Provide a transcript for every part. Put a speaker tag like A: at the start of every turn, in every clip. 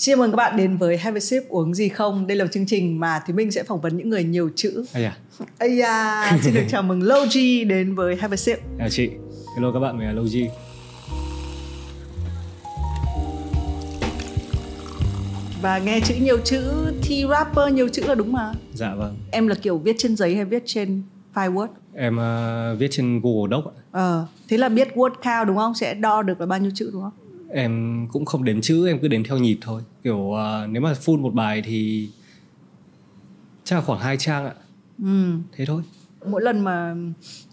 A: Chào mừng các bạn đến với Have a Sip uống gì không? Đây là một chương trình mà Thúy Minh sẽ phỏng vấn những người nhiều chữ.
B: Ây à,
A: Ây da, xin được chào mừng Logi đến với Have a Sip.
B: chào À, chị. Hello các bạn, mình là Logi.
A: Và nghe chữ nhiều chữ thì rapper nhiều chữ là đúng mà.
B: Dạ vâng.
A: Em là kiểu viết trên giấy hay viết trên file Word?
B: Em ờ, viết trên Google Doc ạ.
A: Ờ, thế là biết word count đúng không? Sẽ đo được là bao nhiêu chữ đúng không?
B: Em cũng không đếm chữ, em cứ đếm theo nhịp thôi. Kiểu ờ, nếu mà full một bài thì chắc là khoảng hai trang ạ.
A: Ừ.
B: Thế thôi.
A: Mỗi lần mà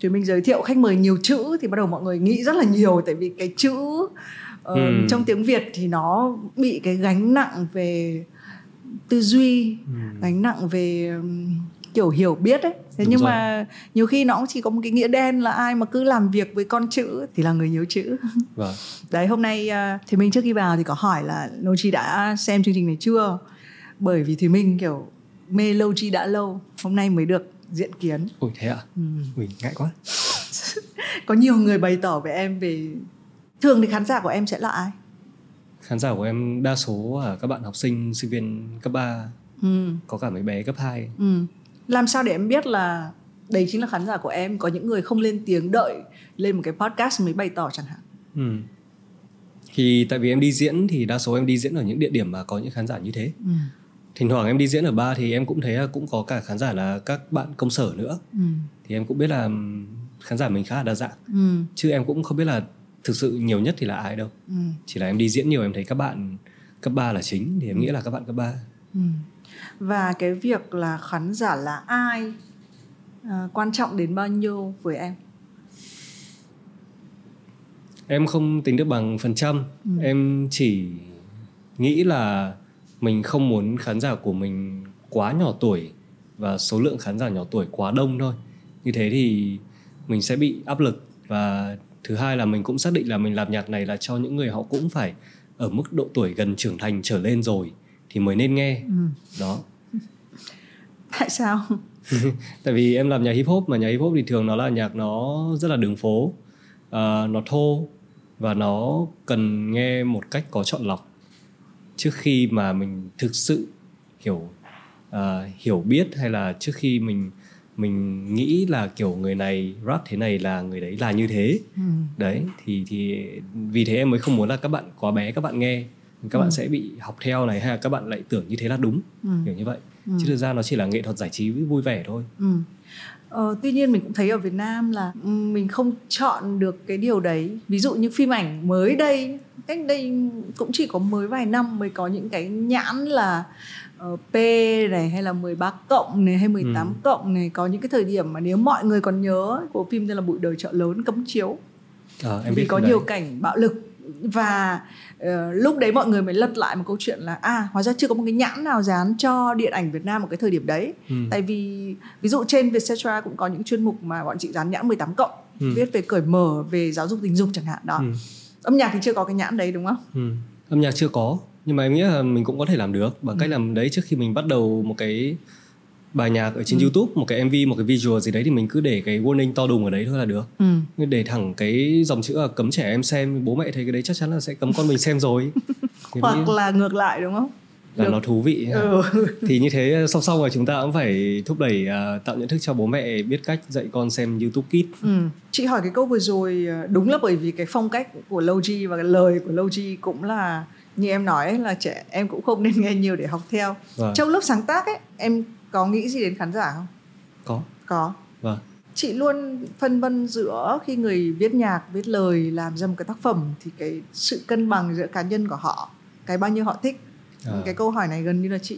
A: Thúy Minh giới thiệu khách mời nhiều chữ thì bắt đầu mọi người nghĩ rất là nhiều tại vì cái chữ ờ,
B: Ừ.
A: trong tiếng Việt thì nó bị cái gánh nặng về tư duy gánh nặng về um, kiểu hiểu biết ấy thế
B: Ừ. Đúng
A: nhưng
B: rồi.
A: mà nhiều khi nó cũng chỉ có một cái nghĩa đen là ai mà cứ làm việc với con chữ thì là người nhiều chữ
B: Vâng.
A: đấy hôm nay à, thì mình trước khi vào thì có hỏi là Logi đã xem chương trình này chưa bởi vì thì mình kiểu mê Logi đã lâu hôm nay mới được diện kiến
B: Ui thế ạ.
A: Ừ.
B: Ui ngại quá.
A: có nhiều người bày tỏ với em về thường thì khán giả của em sẽ là ai
B: Khán giả của em đa số là các bạn học sinh, sinh viên cấp 3,
A: ừ.
B: có cả mấy bé cấp 2.
A: Ừ. Làm sao để em biết là đấy chính là khán giả của em Có những người không lên tiếng đợi lên một cái podcast mới bày tỏ chẳng hạn
B: Ừ. Thì tại vì em đi diễn thì đa số em đi diễn ở những địa điểm mà có những khán giả như thế.
A: ừ.
B: Thỉnh thoảng em đi diễn ở ba thì em cũng thấy là cũng có cả khán giả là các bạn công sở nữa.
A: Ừ.
B: thì em cũng biết là ừm, khán giả mình khá là đa dạng
A: Ừ.
B: chứ em cũng không biết là thực sự nhiều nhất thì là ai đâu
A: Ừ.
B: chỉ là em đi diễn nhiều em thấy các bạn cấp 3 là chính thì em nghĩ là các bạn cấp 3
A: Ừ. Và cái việc là khán giả là ai à, quan trọng đến bao nhiêu với em
B: em không tính được bằng phần trăm em chỉ nghĩ là mình không muốn khán giả của mình quá nhỏ tuổi và số lượng khán giả nhỏ tuổi quá đông thôi như thế thì mình sẽ bị áp lực và thứ hai là mình cũng xác định là mình làm nhạc này là cho những người họ cũng phải ở mức độ tuổi gần trưởng thành trở lên rồi thì mới nên nghe
A: ừ.
B: đó
A: Tại sao?
B: tại vì em làm nhạc hip hop mà nhạc hip hop thì thường nó là nhạc nó rất là đường phố Ờ, nó thô và nó cần nghe một cách có chọn lọc trước khi mà mình thực sự hiểu ờ, hiểu biết hay là trước khi mình mình nghĩ là kiểu người này rap thế này là người đấy là như thế
A: Ừ.
B: đấy thì thì vì thế em mới không muốn là các bạn quá bé các bạn nghe các bạn sẽ bị học theo này hay là các bạn lại tưởng như thế là đúng
A: Ừ.
B: kiểu như vậy
A: Ừ.
B: chứ thực ra nó chỉ là nghệ thuật giải trí vui vẻ thôi
A: Ừ. Ờ, tuy nhiên mình cũng thấy ở Việt Nam là ừ, mình không chọn được cái điều đấy ví dụ như phim ảnh mới đây cách đây cũng chỉ có mới vài năm mới có những cái nhãn là ờ, P này hay là 13 cộng này hay 18
B: Ừ.
A: cộng này có những cái thời điểm mà nếu mọi người còn nhớ bộ phim tên là bụi đời chợ lớn cấm chiếu
B: Ờ, em
A: vì
B: biết
A: có
B: cái đấy.
A: nhiều cảnh bạo lực và ờ, lúc đấy mọi người mới lật lại một câu chuyện là à hóa ra chưa có một cái nhãn nào dán cho điện ảnh Việt Nam ở cái thời điểm đấy
B: ừ.
A: tại vì ví dụ trên Vietcetera cũng có những chuyên mục mà bọn chị dán nhãn 18 cộng
B: Ừ.
A: viết về cởi mở về giáo dục tình dục chẳng hạn đó
B: Ừ.
A: âm nhạc thì chưa có cái nhãn đấy đúng không
B: Ừ. âm nhạc chưa có nhưng mà em nghĩ là mình cũng có thể làm được
A: Ừ.
B: bằng cách làm đấy trước khi mình bắt đầu một cái bài nhạc
A: Ừ.
B: ở trên YouTube một cái MV một cái visual gì đấy thì mình cứ để cái warning to đùng ở đấy thôi là được
A: ừ.
B: Nhưng để thẳng cái dòng chữ là cấm trẻ em xem bố mẹ thấy cái đấy chắc chắn là sẽ cấm con mình xem rồi Thì em nghĩ
A: hoặc là ngược lại đúng không
B: là
A: được.
B: nó thú vị ha.
A: ừ.
B: thì như thế song song là chúng ta cũng phải thúc đẩy à, tạo nhận thức cho bố mẹ biết cách dạy con xem YouTube Kids
A: ừ. chị hỏi cái câu vừa rồi ờ, đúng là bởi vì cái phong cách của Logi và cái lời của Logi cũng là như em nói ấy, là trẻ em cũng không nên nghe nhiều để học theo
B: và
A: trong lớp sáng tác ấy em có nghĩ gì đến khán giả không
B: có
A: có
B: Vâng.
A: chị luôn phân vân giữa khi người viết nhạc viết lời làm ra một cái tác phẩm thì cái sự cân bằng giữa cá nhân của họ cái bao nhiêu họ thích
B: À.
A: cái câu hỏi này gần như là chị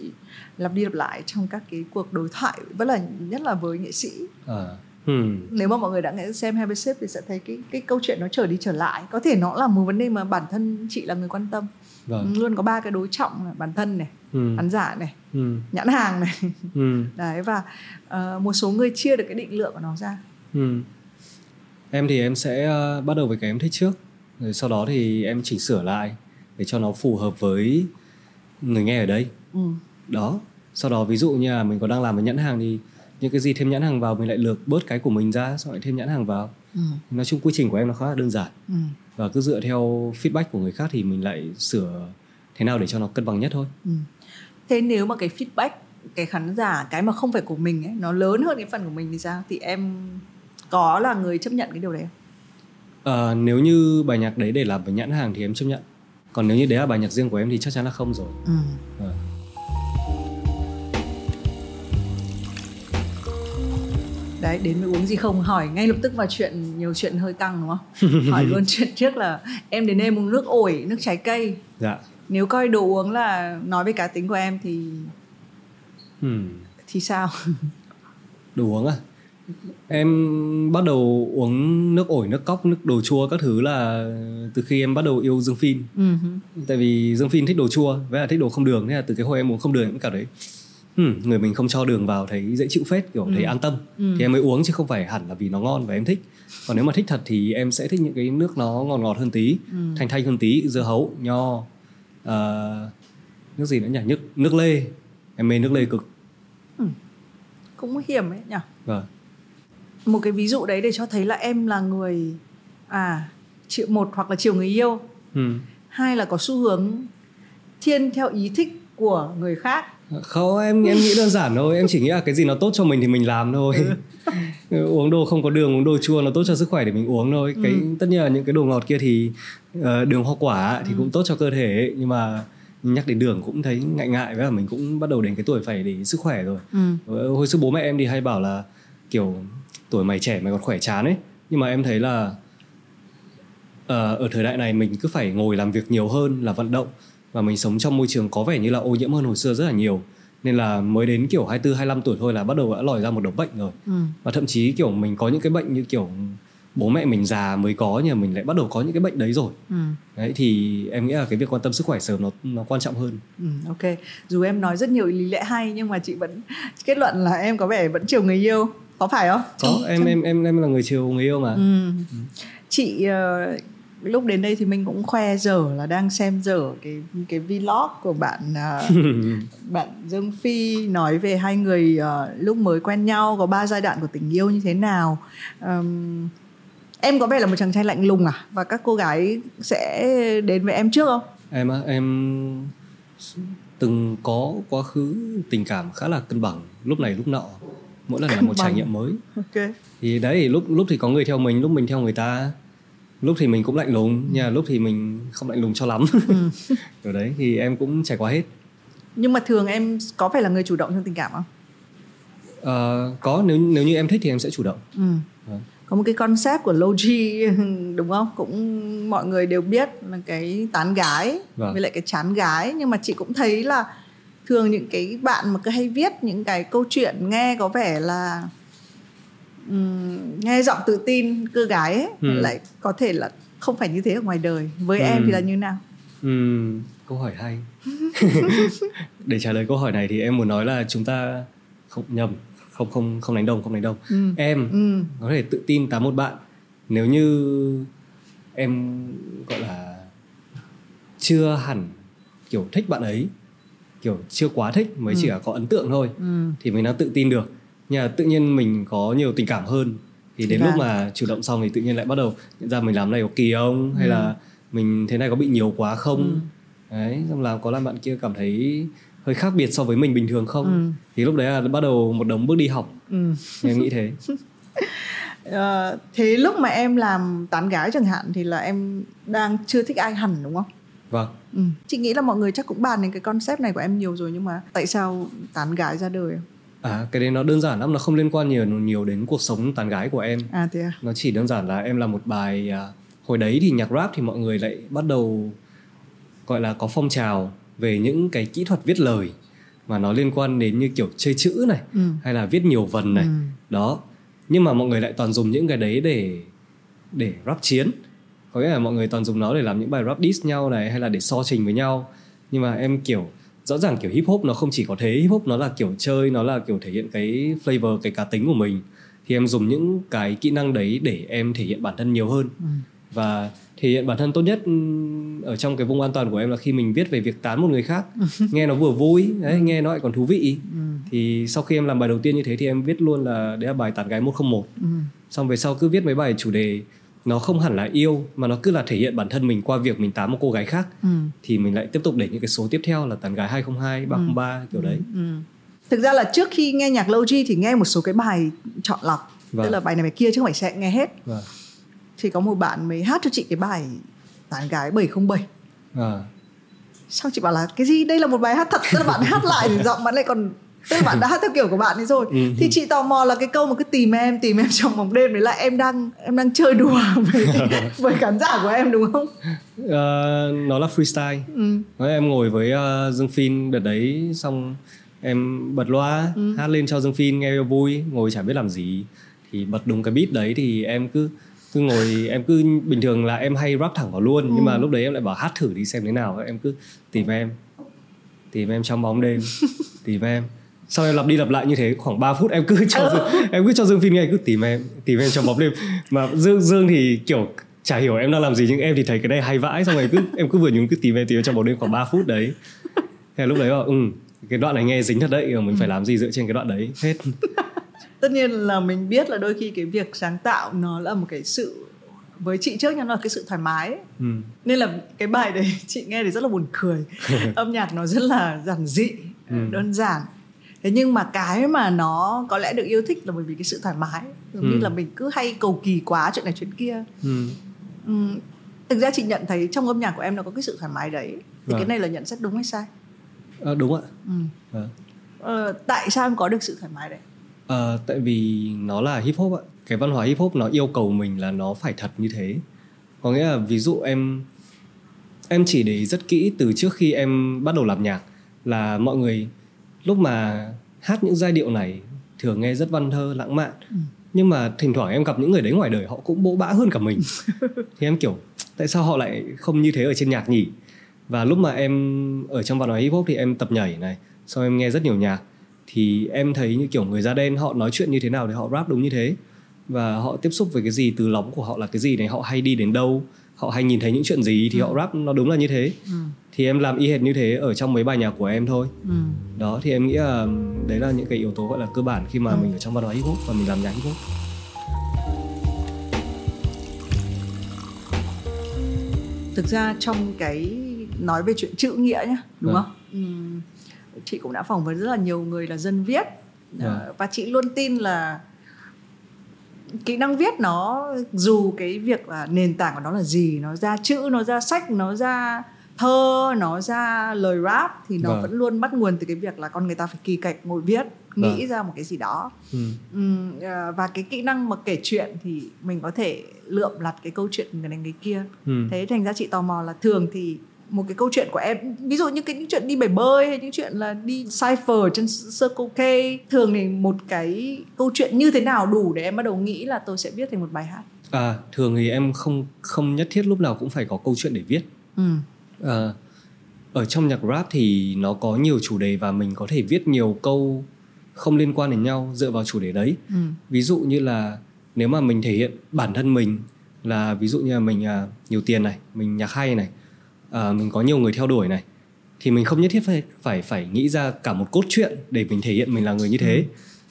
A: lặp đi lặp lại trong các cái cuộc đối thoại vẫn là nhất là với nghệ sĩ
B: à. hmm.
A: nếu mà mọi người đã nghe xem Happy Shape thì sẽ thấy cái cái câu chuyện nó trở đi trở lại có thể nó là một vấn đề mà bản thân chị là người quan tâm
B: vâng
A: luôn có ba cái đối trọng là bản thân này
B: hmm.
A: khán giả này
B: Hmm.
A: nhãn hàng này
B: Hmm.
A: đấy và ờ, một số người chia được cái định lượng của nó ra
B: Ừ. Em thì em sẽ ờ, bắt đầu với cái em thích trước, rồi sau đó thì em chỉnh sửa lại để cho nó phù hợp với người nghe ở đây.
A: ừ.
B: Đó. Sau đó ví dụ như là mình có đang làm với nhãn hàng thì những cái gì thêm nhãn hàng vào mình lại lược bớt cái của mình ra xong lại thêm nhãn hàng vào.
A: Ừ.
B: Nói chung quy trình của em nó khá là đơn giản
A: Ừ.
B: và cứ dựa theo feedback của người khác thì mình lại sửa thế nào để cho nó cân bằng nhất thôi
A: Ừ. Thế nếu mà cái feedback cái khán giả cái mà không phải của mình ấy nó lớn hơn cái phần của mình thì sao? Thì em có là người chấp nhận cái điều đấy không?
B: Ờ, nếu như bài nhạc đấy để làm với nhãn hàng thì em chấp nhận còn nếu như đấy là bài nhạc riêng của em thì chắc chắn là không rồi Ờ.
A: Đấy, đến với uống gì không hỏi ngay lập tức vào chuyện nhiều chuyện hơi căng đúng không? hỏi luôn chuyện trước là em đến em uống nước ổi, nước trái cây.
B: dạ
A: Nếu coi đồ uống là nói về cá tính của em thì
B: Ừm.
A: thì sao?
B: đồ uống à em bắt đầu uống nước ổi nước cóc nước đồ chua các thứ là từ khi em bắt đầu yêu dương phim
A: Ừ.
B: tại vì dương phim thích đồ chua với là thích đồ không đường thế là từ cái hồi em uống không đường em cảm thấy "Ừm, người mình không cho đường vào thấy dễ chịu phết kiểu thấy
A: Ừ.
B: an tâm
A: Ừ.
B: thì em mới uống chứ không phải hẳn là vì nó ngon và em thích còn nếu mà thích thật thì em sẽ thích những cái nước nó ngọt ngọt hơn tí
A: Ừ.
B: thanh thanh hơn tí dưa hấu nho ờ, nước gì nữa nhỉ nước nước lê em mê nước lê cực
A: Cũng hiểm ấy nhỉ.
B: vâng
A: một cái ví dụ đấy để cho thấy là em là người à chịu một hoặc là chiều người yêu
B: Ừm.
A: hai là có xu hướng thiên theo ý thích của người khác
B: không em em nghĩ đơn giản thôi em chỉ nghĩ là cái gì nó tốt cho mình thì mình làm thôi uống đồ không có đường uống đồ chua nó tốt cho sức khỏe để mình uống thôi cái tất nhiên là những cái đồ ngọt kia thì ờ, đường hoa quả thì cũng tốt cho cơ thể nhưng mà nhắc đến đường cũng thấy ngại ngại với là mình cũng bắt đầu đến cái tuổi phải để ý sức khỏe rồi Ờ, hồi xưa bố mẹ em thì hay bảo là kiểu tuổi mày trẻ mày còn khỏe chán ấy nhưng mà em thấy là ờ, ở thời đại này mình cứ phải ngồi làm việc nhiều hơn là vận động và mình sống trong môi trường có vẻ như là ô nhiễm hơn hồi xưa rất là nhiều nên là mới đến kiểu 24 25 tuổi thôi là bắt đầu đã lòi ra một đống bệnh rồi và thậm chí kiểu mình có những cái bệnh như kiểu bố mẹ mình già mới có nhưng mà mình lại bắt đầu có những cái bệnh đấy rồi đấy thì em nghĩ là cái việc quan tâm sức khỏe sớm nó nó quan trọng hơn
A: Ừ, ok dù em nói rất nhiều lý lẽ hay nhưng mà chị vẫn kết luận là em có vẻ vẫn chiều người yêu có phải không
B: có em em em em là người chiều người yêu mà
A: Ừ. chị ờ, lúc đến đây thì mình cũng khoe dở là đang xem dở cái cái vlog của bạn ờ, bạn Dương Phi nói về hai người ờ, lúc mới quen nhau có ba giai đoạn của tình yêu như thế nào Ờm, em có vẻ là một chàng trai lạnh lùng à và các cô gái sẽ đến với em trước không
B: em á, em từng có quá khứ tình cảm khá là cân bằng lúc này lúc nọ mỗi lần là
A: Cân
B: một trải
A: bằng.
B: nghiệm mới
A: ok
B: thì đấy lúc lúc thì có người theo mình lúc mình theo người ta lúc thì mình cũng lạnh
A: Ừ.
B: lùng nhưng mà lúc thì mình không lạnh lùng cho lắm kiểu đấy thì em cũng trải qua hết
A: nhưng mà thường em có phải là người chủ động trong tình cảm không
B: Ờ, có nếu nếu như em thích thì em sẽ chủ động
A: ừ.
B: Vâng.
A: có một cái concept của Logi đúng không cũng mọi người đều biết là cái tán gái
B: Vâng.
A: với lại cái chán gái nhưng mà chị cũng thấy là thường những cái bạn mà cứ hay viết những cái câu chuyện nghe có vẻ là ừm, nghe giọng tự tin cơ gái ấy,
B: Ừ.
A: lại có thể là không phải như thế ở ngoài đời với em
B: Ừ.
A: thì là như nào
B: Ừm, Ừ, câu hỏi hay để trả lời câu hỏi này thì em muốn nói là chúng ta không nhầm không không không đánh đồng không đánh đồng
A: ừ.
B: em
A: Ừ.
B: có thể tự tin tám một bạn nếu như em gọi là chưa hẳn kiểu thích bạn ấy kiểu chưa quá thích mới chỉ là có ấn tượng thôi
A: Ừ.
B: thì mình đã tự tin được nhưng mà tự nhiên mình có nhiều tình cảm hơn thì
A: Thì
B: đến
A: là-
B: lúc mà chủ động xong thì tự nhiên lại bắt đầu nhận ra mình làm này có kỳ không hay là mình thế này có bị nhiều quá không đấy xong là có làm bạn kia cảm thấy hơi khác biệt so với mình bình thường không
A: Ừ.
B: thì lúc đấy là bắt đầu một đống bước đi hỏng
A: Ừ.
B: em nghĩ thế
A: Ờ, thế lúc mà em làm tán gái chẳng hạn thì là em đang chưa thích ai hẳn đúng không
B: vâng
A: Ừ. Chị nghĩ là mọi người chắc cũng bàn đến cái concept này của em nhiều rồi nhưng mà tại sao tán gái ra đời?
B: À, cái đấy nó đơn giản lắm, nó không liên quan nhiều nhiều đến cuộc sống tán gái của em.
A: À thế à?
B: Nó chỉ đơn giản là em làm một bài à, hồi đấy thì nhạc rap thì mọi người lại bắt đầu gọi là có phong trào về những cái kỹ thuật viết lời mà nó liên quan đến như kiểu chơi chữ này
A: Ừ.
B: hay là viết nhiều vần này.
A: Ừ.
B: Đó. Nhưng mà mọi người lại toàn dùng những cái đấy để để rap chiến. Có nghĩa là mọi người toàn dùng nó để làm những bài rap diss nhau này hay là để so trình với nhau. Nhưng mà em kiểu rõ ràng kiểu hip hop nó không chỉ có thế hip hop nó là kiểu chơi nó là kiểu thể hiện cái flavor cái cá tính của mình thì em dùng những cái kỹ năng đấy để em thể hiện bản thân nhiều hơn
A: ừ,
B: và thể hiện bản thân tốt nhất ừm, ở trong cái vùng an toàn của em là khi mình viết về việc tán một người khác nghe nó vừa vui đấy, nghe nó lại còn thú vị
A: ừ,
B: thì sau khi em làm bài đầu tiên như thế thì em viết luôn là đấy là bài tán gái 101
A: Ừ.
B: xong về sau cứ viết mấy bài chủ đề nó không hẳn là yêu mà nó cứ là thể hiện bản thân mình qua việc mình tám một cô gái khác
A: ừ.
B: thì mình lại tiếp tục để những cái số tiếp theo là tán gái 202, 303 kiểu đấy.
A: Ừ. Thực ra là trước khi nghe nhạc Logi thì nghe một số cái bài chọn lọc,
B: Vâng.
A: tức là bài này bài kia chứ không phải sẽ nghe hết.
B: Vâng.
A: Thì có một bạn mới hát cho chị cái bài tán gái 707.
B: À,
A: Xong chị bảo là cái gì? Đây là một bài hát thật, tức là bạn hát lại thì giọng bạn lại còn tức là bạn đã hát theo kiểu của bạn ấy rồi.
B: Ừ.
A: Thì chị tò mò là cái câu mà cứ tìm em, tìm em trong bóng đêm đấy là em đang em đang chơi đùa với với khán giả của em đúng không?
B: ờ, nó là freestyle.
A: Ừ.
B: Nói em ngồi với ờ, Dương Phin đợt đấy xong em bật loa hát lên cho Dương Phin nghe vui, ngồi chả biết làm gì thì bật đúng cái beat đấy thì em cứ cứ ngồi em cứ bình thường là em hay rap thẳng vào luôn nhưng mà lúc đấy em lại bảo hát thử đi xem thế nào em cứ tìm em tìm em trong bóng đêm tìm em sau em lặp đi lặp lại như thế khoảng 3 phút em cứ cho Dương, em cứ cho Dương Phin nghe cứ tìm em tìm em trong bóng đêm mà Dương Dương thì kiểu chả hiểu em đang làm gì nhưng em thì thấy cái này hay vãi xong rồi cứ em cứ vừa nhúng cứ tìm em tìm em trong bóng đêm khoảng 3 phút đấy thế là lúc đấy bảo ừ cái đoạn này nghe dính thật đấy mình phải làm gì dựa trên cái đoạn đấy hết
A: tất nhiên là mình biết là đôi khi cái việc sáng tạo nó là một cái sự với chị trước nha nó là cái sự thoải mái ấy.
B: ừ.
A: nên là cái bài đấy chị nghe thì rất là buồn cười âm nhạc nó rất là giản dị
B: Ừ.
A: đơn giản thế nhưng mà cái mà nó có lẽ được yêu thích là bởi vì cái sự thoải mái giống như
B: Ừ.
A: là mình cứ hay cầu kỳ quá chuyện này chuyện kia
B: Ừ.
A: Ừm, thực ra chị nhận thấy trong âm nhạc của em nó có cái sự thoải mái đấy thì
B: Vâng.
A: cái này là nhận xét đúng hay sai
B: Ờ, đúng ạ
A: Ừm.
B: Vâng.
A: Ờ, tại sao em có được sự thoải mái đấy
B: Ờ, tại vì nó là hip hop ạ cái văn hóa hip hop nó yêu cầu mình là nó phải thật như thế có nghĩa là ví dụ em em chỉ để ý rất kỹ từ trước khi em bắt đầu làm nhạc là mọi người lúc mà hát những giai điệu này thường nghe rất văn thơ lãng mạn nhưng mà thỉnh thoảng em gặp những người đấy ngoài đời họ cũng bỗ bã hơn cả mình thì em kiểu tại sao họ lại không như thế ở trên nhạc nhỉ và lúc mà em ở trong văn hóa hip hop thì em tập nhảy này xong em nghe rất nhiều nhạc thì em thấy như kiểu người da đen họ nói chuyện như thế nào thì họ rap đúng như thế và họ tiếp xúc với cái gì từ lóng của họ là cái gì này họ hay đi đến đâu họ hay nhìn thấy những chuyện gì thì họ rap nó đúng là như thế
A: Ừm,
B: thì em làm y hệt như thế ở trong mấy bài nhạc của em thôi
A: ừm.
B: đó thì em nghĩ là đấy là những cái yếu tố gọi là cơ bản khi mà
A: Ừ.
B: mình ở trong văn hóa hip hop và mình làm nhạc hip hop
A: thực ra trong cái nói về chuyện chữ nghĩa nhá đúng
B: Vâng.
A: không Ừm, chị cũng đã phỏng vấn rất là nhiều người là dân viết Ờ,
B: Vâng.
A: và chị luôn tin là kỹ năng viết nó dù cái việc là nền tảng của nó là gì nó ra chữ nó ra sách nó ra thơ nó ra lời rap thì nó
B: Vâng.
A: vẫn luôn bắt nguồn từ cái việc là con người ta phải kỳ cạch ngồi viết nghĩ
B: Vâng.
A: ra một cái gì đó
B: ừ.
A: Ừm, ờ, và cái kỹ năng mà kể chuyện thì mình có thể lượm lặt cái câu chuyện người này người kia
B: Ừ.
A: thế thành ra chị tò mò là thường thì một cái câu chuyện của em ví dụ như cái những chuyện đi bể bơi hay những chuyện là đi cipher trên Circle K thường thì một cái câu chuyện như thế nào đủ để em bắt đầu nghĩ là tôi sẽ viết thành một bài hát
B: à thường thì em không không nhất thiết lúc nào cũng phải có câu chuyện để viết
A: ừ
B: Ờ, ở trong nhạc rap thì nó có nhiều chủ đề và mình có thể viết nhiều câu không liên quan đến nhau dựa vào chủ đề đấy
A: ừ
B: ví dụ như là nếu mà mình thể hiện bản thân mình là ví dụ như là mình à, nhiều tiền này mình nhạc hay này à, mình có nhiều người theo đuổi này thì mình không nhất thiết phải phải phải nghĩ ra cả một cốt truyện để mình thể hiện mình là người như thế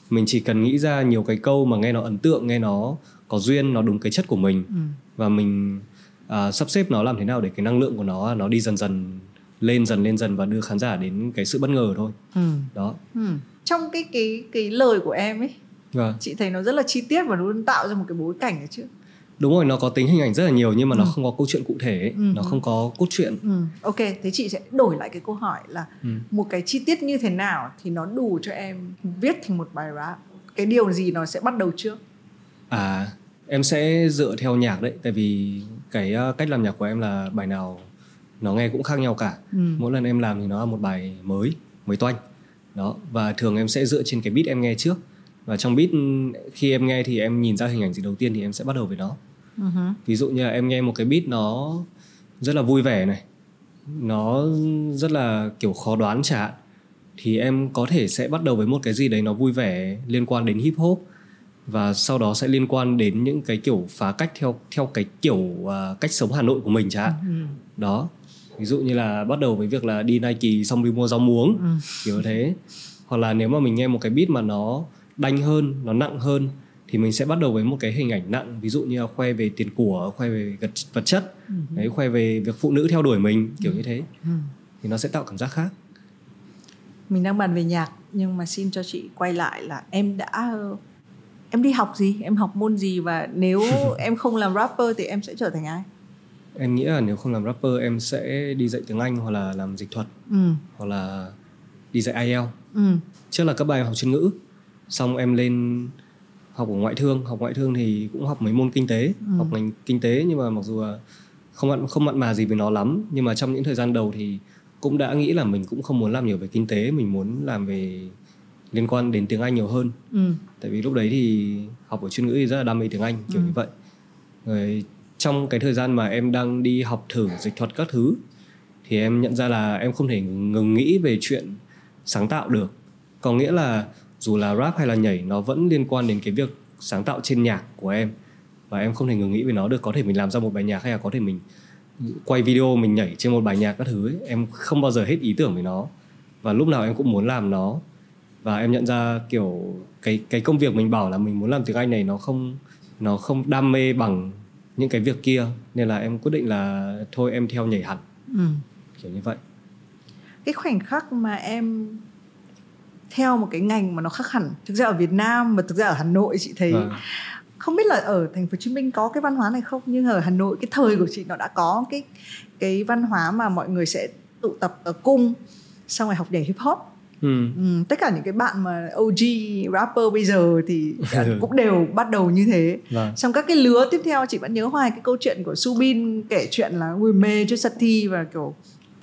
B: mình chỉ cần nghĩ ra nhiều cái câu mà nghe nó ấn tượng nghe nó có duyên nó đúng cái chất của mình
A: ừ
B: và mình à, sắp xếp nó làm thế nào để cái năng lượng của nó nó đi dần dần lên dần lên dần và đưa khán giả đến cái sự bất ngờ thôi
A: ừ,
B: đó
A: ừ. trong cái cái cái lời của em ấy
B: Vâng.
A: chị thấy nó rất là chi tiết và nó luôn tạo ra một cái bối cảnh đấy chứ
B: đúng rồi nó có tính hình ảnh rất là nhiều nhưng mà nó
A: Ừ.
B: không có câu chuyện cụ thể ấy.
A: Ừ,
B: nó
A: ừ.
B: không có cốt truyện
A: ừ ok thế chị sẽ đổi lại cái câu hỏi là
B: ừ.
A: một cái chi tiết như thế nào thì nó đủ cho em viết thành một bài rap cái điều gì nó sẽ bắt đầu trước
B: à em sẽ dựa theo nhạc đấy tại vì cái ờ, cách làm nhạc của em là bài nào nó nghe cũng khác nhau cả
A: ừ
B: mỗi lần em làm thì nó là một bài mới mới toanh đó và thường em sẽ dựa trên cái beat em nghe trước và trong beat ừ, khi em nghe thì em nhìn ra hình ảnh gì đầu tiên thì em sẽ bắt đầu với nó
A: ừ hứ.
B: ví dụ như là em nghe một cái beat nó rất là vui vẻ này nó rất là kiểu khó đoán chẳng hạn thì em có thể sẽ bắt đầu với một cái gì đấy nó vui vẻ liên quan đến hip hop và sau đó sẽ liên quan đến những cái kiểu phá cách theo theo cái kiểu à, cách sống Hà Nội của mình chẳng hạn
A: Ừ.
B: đó ví dụ như là bắt đầu với việc là đi Nike xong đi mua rau muống
A: Ừ.
B: kiểu thế hoặc là nếu mà mình nghe một cái beat mà nó đanh hơn nó nặng hơn thì mình sẽ bắt đầu với một cái hình ảnh nặng ví dụ như là khoe về tiền của khoe về vật, vật chất đấy khoe về việc phụ nữ theo đuổi mình kiểu như thế thì nó sẽ tạo cảm giác khác
A: Ừ. mình đang bàn về nhạc nhưng mà xin cho chị quay lại là em đã em đi học gì em học môn gì và nếu em không làm rapper thì em sẽ trở thành ai
B: em nghĩ là nếu không làm rapper em sẽ đi dạy tiếng anh hoặc là làm dịch thuật
A: ừ
B: hoặc là đi dạy IELTS
A: ừ
B: trước là các bài học chuyên ngữ xong em lên học ở ngoại thương học ngoại thương thì cũng học mấy môn kinh tế
A: Ừ.
B: học ngành kinh tế nhưng mà mặc dù là không mặn không mặn mà gì với nó lắm nhưng mà trong những thời gian đầu thì cũng đã nghĩ là mình cũng không muốn làm nhiều về kinh tế mình muốn làm về liên quan đến tiếng Anh nhiều hơn
A: ừ
B: tại vì lúc đấy thì học ở chuyên ngữ thì rất là đam mê tiếng Anh kiểu
A: Ừ.
B: như vậy rồi trong cái thời gian mà em đang đi học thử dịch thuật các thứ thì em nhận ra là em không thể ngừng nghĩ về chuyện sáng tạo được có nghĩa là dù là rap hay là nhảy nó vẫn liên quan đến cái việc sáng tạo trên nhạc của em và em không thể ngừng nghĩ về nó được có thể mình làm ra một bài nhạc hay là có thể mình quay video mình nhảy trên một bài nhạc các thứ ấy. em không bao giờ hết ý tưởng về nó và lúc nào em cũng muốn làm nó và em nhận ra kiểu cái cái công việc mình bảo là mình muốn làm tiếng Anh này nó không nó không đam mê bằng những cái việc kia nên là em quyết định là thôi em theo nhảy hẳn
A: ừ
B: kiểu như vậy
A: cái khoảnh khắc mà em theo một cái ngành mà nó khác hẳn thực ra ở Việt Nam và thực ra ở Hà Nội chị thấy
B: Vâng.
A: không biết là ở thành phố Hồ Chí Minh có cái văn hóa này không nhưng ở Hà Nội cái thời của chị nó đã có cái cái văn hóa mà mọi người sẽ tụ tập ở cung xong rồi học nhảy hip hop
B: ừ.
A: ừ, tất cả những cái bạn mà OG rapper bây giờ thì à, cũng đều bắt đầu như thế
B: Vâng.
A: xong các cái lứa tiếp theo chị vẫn nhớ hoài cái câu chuyện của Subin kể chuyện là ui mê cho Sati và kiểu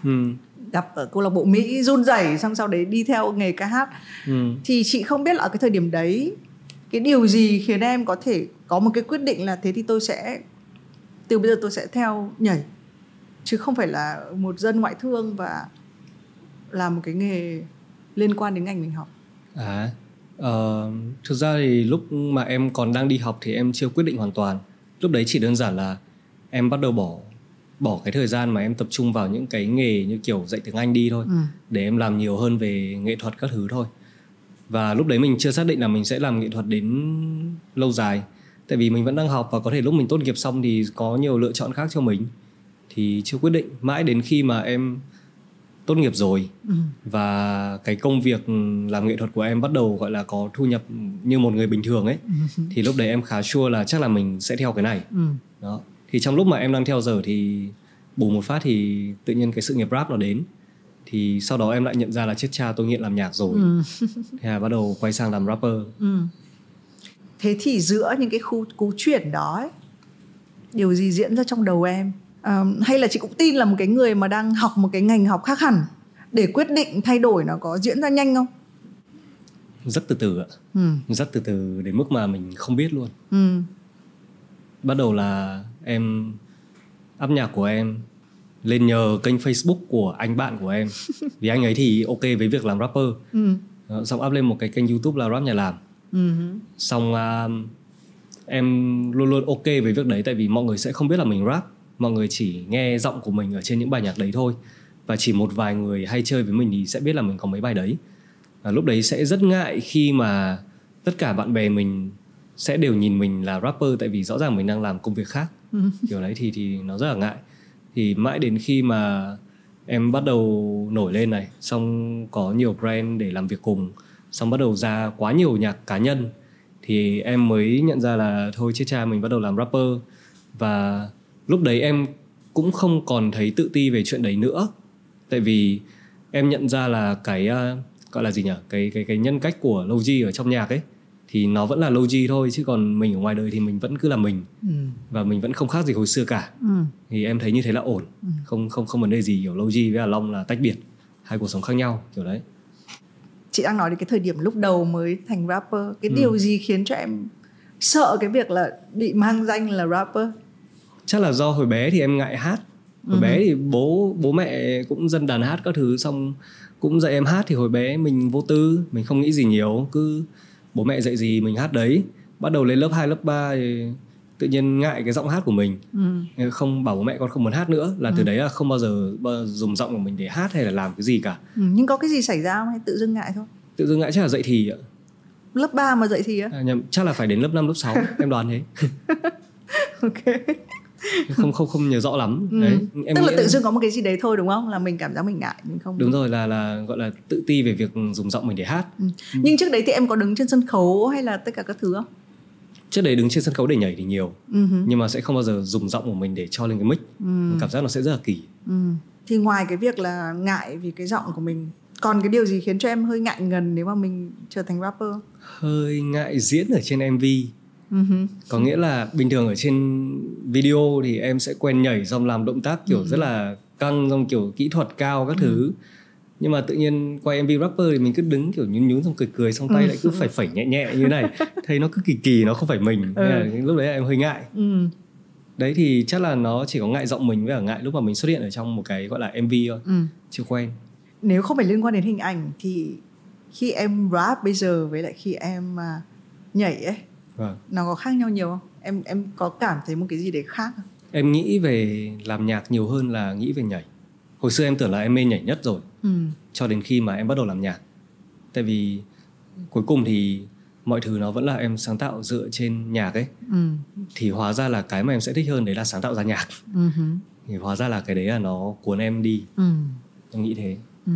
B: Ừ.
A: gặp ở câu lạc bộ Mỹ run rẩy xong sau đấy đi theo nghề ca hát
B: Ừ.
A: thì chị không biết là ở cái thời điểm đấy cái điều gì khiến em có thể có một cái quyết định là thế thì tôi sẽ từ bây giờ tôi sẽ theo nhảy chứ không phải là một dân ngoại thương và làm một cái nghề liên quan đến ngành mình học
B: À, ờ, thực ra thì lúc mà em còn đang đi học thì em chưa quyết định hoàn toàn. Lúc đấy chỉ đơn giản là em bắt đầu bỏ bỏ cái thời gian mà em tập trung vào những cái nghề như kiểu dạy tiếng Anh đi thôi
A: ừ.
B: để em làm nhiều hơn về nghệ thuật các thứ thôi. Và lúc đấy mình chưa xác định là mình sẽ làm nghệ thuật đến lâu dài. Tại vì mình vẫn đang học và có thể lúc mình tốt nghiệp xong thì có nhiều lựa chọn khác cho mình. Thì chưa quyết định mãi đến khi mà em tốt nghiệp rồi
A: Ừ.
B: và cái công việc làm nghệ thuật của em bắt đầu gọi là có thu nhập như một người bình thường ấy thì lúc đấy em khá sure là chắc là mình sẽ theo cái này
A: Ừ.
B: đó thì trong lúc mà em đang theo giờ thì bù một phát thì tự nhiên cái sự nghiệp rap nó đến thì sau đó em lại nhận ra là chết cha tôi nghiện làm nhạc rồi
A: Ừ.
B: thế là bắt đầu quay sang làm rapper
A: Ừ. thế thì giữa những cái khu cú chuyển đó ấy, điều gì diễn ra trong đầu em Ờ, hay là chị cũng tin là một cái người mà đang học một cái ngành học khác hẳn để quyết định thay đổi nó có diễn ra nhanh không
B: rất từ từ ạ
A: ừ.
B: rất từ từ đến mức mà mình không biết luôn
A: Ừ.
B: bắt đầu là em âm nhạc của em lên nhờ kênh Facebook của anh bạn của em vì anh ấy thì ok với việc làm rapper
A: Ừ.
B: Đó, xong up lên một cái kênh YouTube là rap nhà làm
A: Ừ.
B: xong à, em luôn luôn ok với việc đấy tại vì mọi người sẽ không biết là mình rap mọi người chỉ nghe giọng của mình ở trên những bài nhạc đấy thôi và chỉ một vài người hay chơi với mình thì sẽ biết là mình có mấy bài đấy à, lúc đấy sẽ rất ngại khi mà tất cả bạn bè mình sẽ đều nhìn mình là rapper tại vì rõ ràng mình đang làm công việc khác
A: Ừ.
B: kiểu đấy thì thì nó rất là ngại thì mãi đến khi mà em bắt đầu nổi lên này xong có nhiều brand để làm việc cùng xong bắt đầu ra quá nhiều nhạc cá nhân thì em mới nhận ra là thôi chết cha mình bắt đầu làm rapper và lúc đấy em cũng không còn thấy tự ti về chuyện đấy nữa tại vì em nhận ra là cái à, gọi là gì nhỉ cái cái cái nhân cách của Logi ở trong nhạc ấy thì nó vẫn là Logi thôi chứ còn mình ở ngoài đời thì mình vẫn cứ là mình
A: Ừ.
B: và mình vẫn không khác gì hồi xưa cả
A: Ừ.
B: thì em thấy như thế là ổn
A: Ừ.
B: không không không vấn đề gì kiểu Logi với Hà Long là tách biệt hai cuộc sống khác nhau kiểu đấy
A: chị đang nói đến cái thời điểm lúc đầu mới thành rapper cái điều gì khiến cho em sợ cái việc là bị mang danh là rapper
B: chắc là do hồi bé thì em ngại hát hồi bé thì bố bố mẹ cũng dân đàn hát các thứ xong cũng dạy em hát thì hồi bé mình vô tư mình không nghĩ gì nhiều cứ bố mẹ dạy gì mình hát đấy bắt đầu lên lớp 2, lớp 3 thì tự nhiên ngại cái giọng hát của mình
A: ừ.
B: không bảo bố mẹ con không muốn hát nữa là từ đấy là không bao giờ, bao giờ dùng giọng của mình để hát hay là làm cái gì cả
A: Ừ. nhưng có cái gì xảy ra không hay tự dưng ngại thôi
B: tự dưng ngại chắc là dậy thì ạ
A: lớp 3 mà dạy thì á
B: à, nhầm, chắc là phải đến lớp 5, lớp 6 em đoán thế
A: ok
B: không không không nhớ rõ lắm
A: Ừ.
B: đấy em
A: tức là
B: nghĩ
A: tự dưng có một cái gì đấy thôi đúng không là mình cảm giác mình ngại mình không
B: đúng rồi là là gọi là tự ti về việc dùng giọng mình để hát
A: nhưng trước đấy thì em có đứng trên sân khấu hay là tất cả các thứ không
B: trước đấy đứng trên sân khấu để nhảy thì nhiều
A: ừ. hứ,
B: nhưng mà sẽ không bao giờ dùng giọng của mình để cho lên cái mic
A: ừ.
B: cảm giác nó sẽ rất là kỳ
A: ừ. thì ngoài cái việc là ngại vì cái giọng của mình còn cái điều gì khiến cho em hơi ngại ngần nếu mà mình trở thành rapper
B: hơi ngại diễn ở trên mv
A: ừ. hứ.
B: có nghĩa là bình thường ở trên video thì em sẽ quen nhảy xong làm động tác
A: Ừ.
B: kiểu rất là căng xong kiểu kỹ thuật cao các thứ nhưng mà tự nhiên quay mv rapper thì mình cứ đứng kiểu nhún nhún xong cười cười xong
A: Ừ.
B: tay lại cứ phải phẩy nhẹ nhẹ như này thấy nó cứ kỳ kỳ nó không phải mình Nên là lúc đấy em hơi ngại
A: Ừ.
B: đấy thì chắc là nó chỉ có ngại giọng mình với cả ngại lúc mà mình xuất hiện ở trong một cái gọi là mv thôi
A: Ừ.
B: chưa quen
A: nếu không phải liên quan đến hình ảnh thì khi em rap bây giờ với lại khi em à, nhảy ấy
B: Vâng.
A: nó có khác nhau nhiều không em em có cảm thấy một cái gì đấy khác không?
B: em nghĩ về làm nhạc nhiều hơn là nghĩ về nhảy hồi xưa em tưởng là em mê nhảy nhất rồi
A: Ừ.
B: cho đến khi mà em bắt đầu làm nhạc tại vì cuối cùng thì mọi thứ nó vẫn là em sáng tạo dựa trên nhạc ấy
A: Ừ.
B: thì hóa ra là cái mà em sẽ thích hơn đấy là sáng tạo ra nhạc
A: Ừ. hứ,
B: thì hóa ra là cái đấy là nó cuốn em đi
A: Ừ.
B: em nghĩ thế
A: Ừ.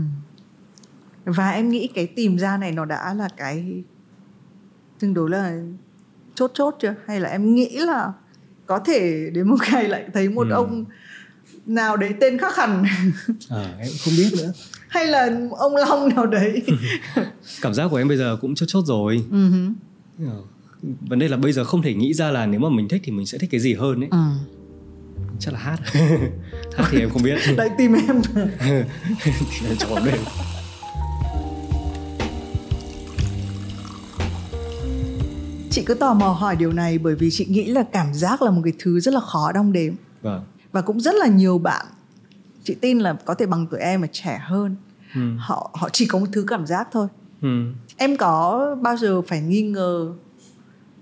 A: và em nghĩ cái tìm ra này nó đã là cái tương đối là chốt chốt chưa hay là em nghĩ là có thể đến một ngày lại thấy một
B: Ừ.
A: ông nào đấy tên khác hẳn
B: à, em cũng không biết nữa
A: hay là ông long nào đấy
B: cảm giác của em bây giờ cũng chốt chốt rồi
A: ừ. hứ,
B: Ờ, vấn đề là bây giờ không thể nghĩ ra là nếu mà mình thích thì mình sẽ thích cái gì hơn ấy
A: ừ.
B: chắc là hát hát thì em không biết
A: lại tìm em
B: thì em chọn đây
A: Chị cứ tò mò hỏi điều này bởi vì chị nghĩ là cảm giác là một cái thứ rất là khó đong đếm
B: vâng
A: và cũng rất là nhiều bạn chị tin là có thể bằng tuổi em mà trẻ hơn
B: ừ.
A: họ họ chỉ có một thứ cảm giác thôi
B: Ừ.
A: em có bao giờ phải nghi ngờ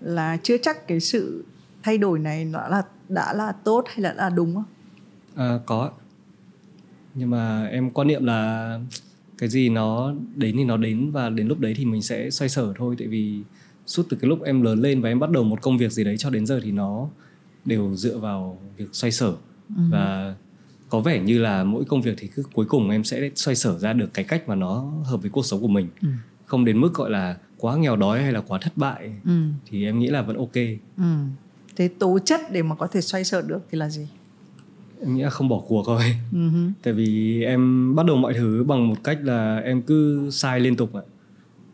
A: là chưa chắc cái sự thay đổi này nó là đã là tốt hay là đã là đúng không?
B: À, có ạ. nhưng mà em quan niệm là cái gì nó đến thì nó đến và đến lúc đấy thì mình sẽ xoay sở thôi tại vì suốt từ cái lúc em lớn lên và em bắt đầu một công việc gì đấy cho đến giờ thì nó đều dựa vào việc xoay sở và có vẻ như là mỗi công việc thì cứ cuối cùng em sẽ xoay sở ra được cái cách mà nó hợp với cuộc sống của mình
A: Ừ.
B: không đến mức gọi là quá nghèo đói hay là quá thất bại
A: Ừ.
B: thì em nghĩ là vẫn ok
A: Ừ. Thế tố chất để mà có thể xoay sở được thì là gì?
B: em nghĩ là không bỏ cuộc thôi
A: Ừ. hứ.
B: tại vì em bắt đầu mọi thứ bằng một cách là em cứ sai liên tục ạ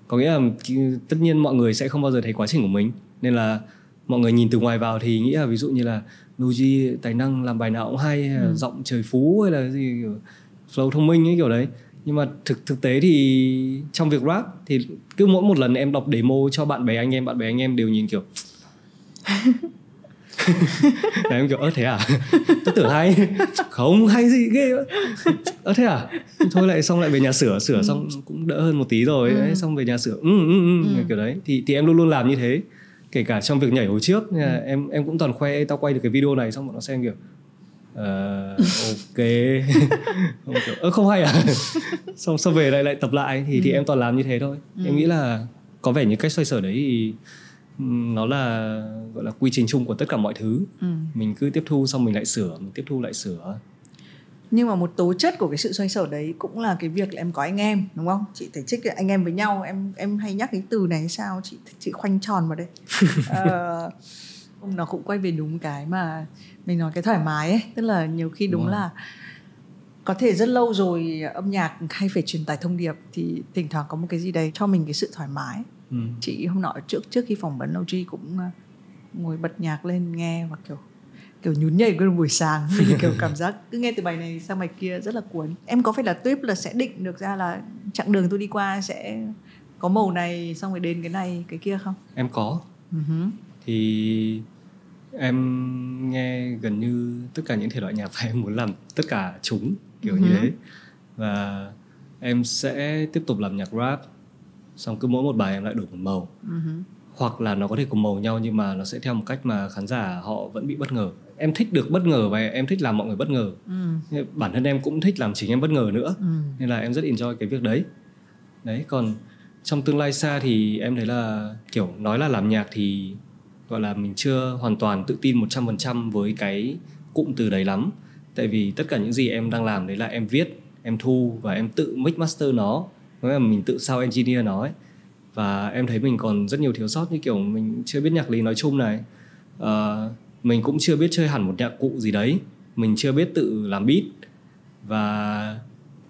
B: có nghĩa là ki- tất nhiên mọi người sẽ không bao giờ thấy quá trình của mình nên là mọi người nhìn từ ngoài vào thì nghĩ là ví dụ như là Nuji tài năng làm bài nào cũng hay, hay là giọng trời phú hay là gì kiểu flow thông minh ấy kiểu đấy nhưng mà thực thực tế thì trong việc rap thì cứ mỗi một lần em đọc demo cho bạn bè anh em bạn bè anh em đều nhìn kiểu Đấy, em kiểu ơ thế à tôi tưởng hay không hay gì ghê vậy. ơ thế à thôi lại xong lại về nhà sửa sửa xong cũng đỡ hơn một tí rồi đấy xong về nhà sửa ừ, ừ, ừ, kiểu đấy thì thì em luôn luôn làm như thế kể cả trong việc nhảy hồi trước nha, em em cũng toàn khoe "Ê, tao quay được cái video này xong bọn nó xem kiểu "Ờ, ok không kiểu ơ không hay à xong xong về lại lại tập lại thì thì em toàn làm như thế thôi em nghĩ là có vẻ như cách xoay sở đấy thì ừm, nó là gọi là quy trình chung của tất cả mọi thứ
A: Ừ.
B: mình cứ tiếp thu xong mình lại sửa mình tiếp thu lại sửa
A: nhưng mà một tố chất của cái sự xoay sở đấy cũng là cái việc là em có anh em đúng không chị thấy trích anh em với nhau em em hay nhắc cái từ này hay sao chị chị khoanh tròn vào đây Ờ, nó cũng quay về đúng cái mà mình nói cái thoải mái ấy tức là nhiều khi đúng,
B: Đúng rồi.
A: là có thể rất lâu rồi âm nhạc hay phải truyền tải thông điệp thì thỉnh thoảng có một cái gì đấy cho mình cái sự thoải mái
B: Ừm.
A: chị hôm nọ trước trước khi phỏng vấn OG cũng ờ, ngồi bật nhạc lên nghe và kiểu kiểu nhún nhảy nguyên một buổi sáng Vì kiểu cảm giác cứ nghe từ bài này sang bài kia rất là cuốn em có phải là tuyếp là sẽ định được ra là chặng đường tôi đi qua sẽ có màu này xong rồi đến cái này cái kia không
B: em có
A: Ừ hứ.
B: thì em nghe gần như tất cả những thể loại nhạc và em muốn làm tất cả chúng kiểu như
A: Ừ.
B: thế và em sẽ tiếp tục làm nhạc rap xong cứ mỗi một bài em lại đổi một màu
A: Ừ hứ.
B: hoặc là nó có thể cùng màu nhau nhưng mà nó sẽ theo một cách mà khán giả họ vẫn bị bất ngờ em thích được bất ngờ và em thích làm mọi người bất ngờ
A: Ừ.
B: Nhưng bản thân em cũng thích làm chính em bất ngờ nữa
A: Ừ.
B: nên là em rất enjoy cái việc đấy đấy còn trong tương lai xa thì em thấy là kiểu nói là làm nhạc thì gọi là mình chưa hoàn toàn tự tin 100% với cái cụm từ đấy lắm tại vì tất cả những gì em đang làm đấy là em viết em thu và em tự mix master nó nghĩa là mình tự sao engineer nó ấy và em thấy mình còn rất nhiều thiếu sót như kiểu mình chưa biết nhạc lý nói chung này Ờ, mình cũng chưa biết chơi hẳn một nhạc cụ gì đấy mình chưa biết tự làm beat và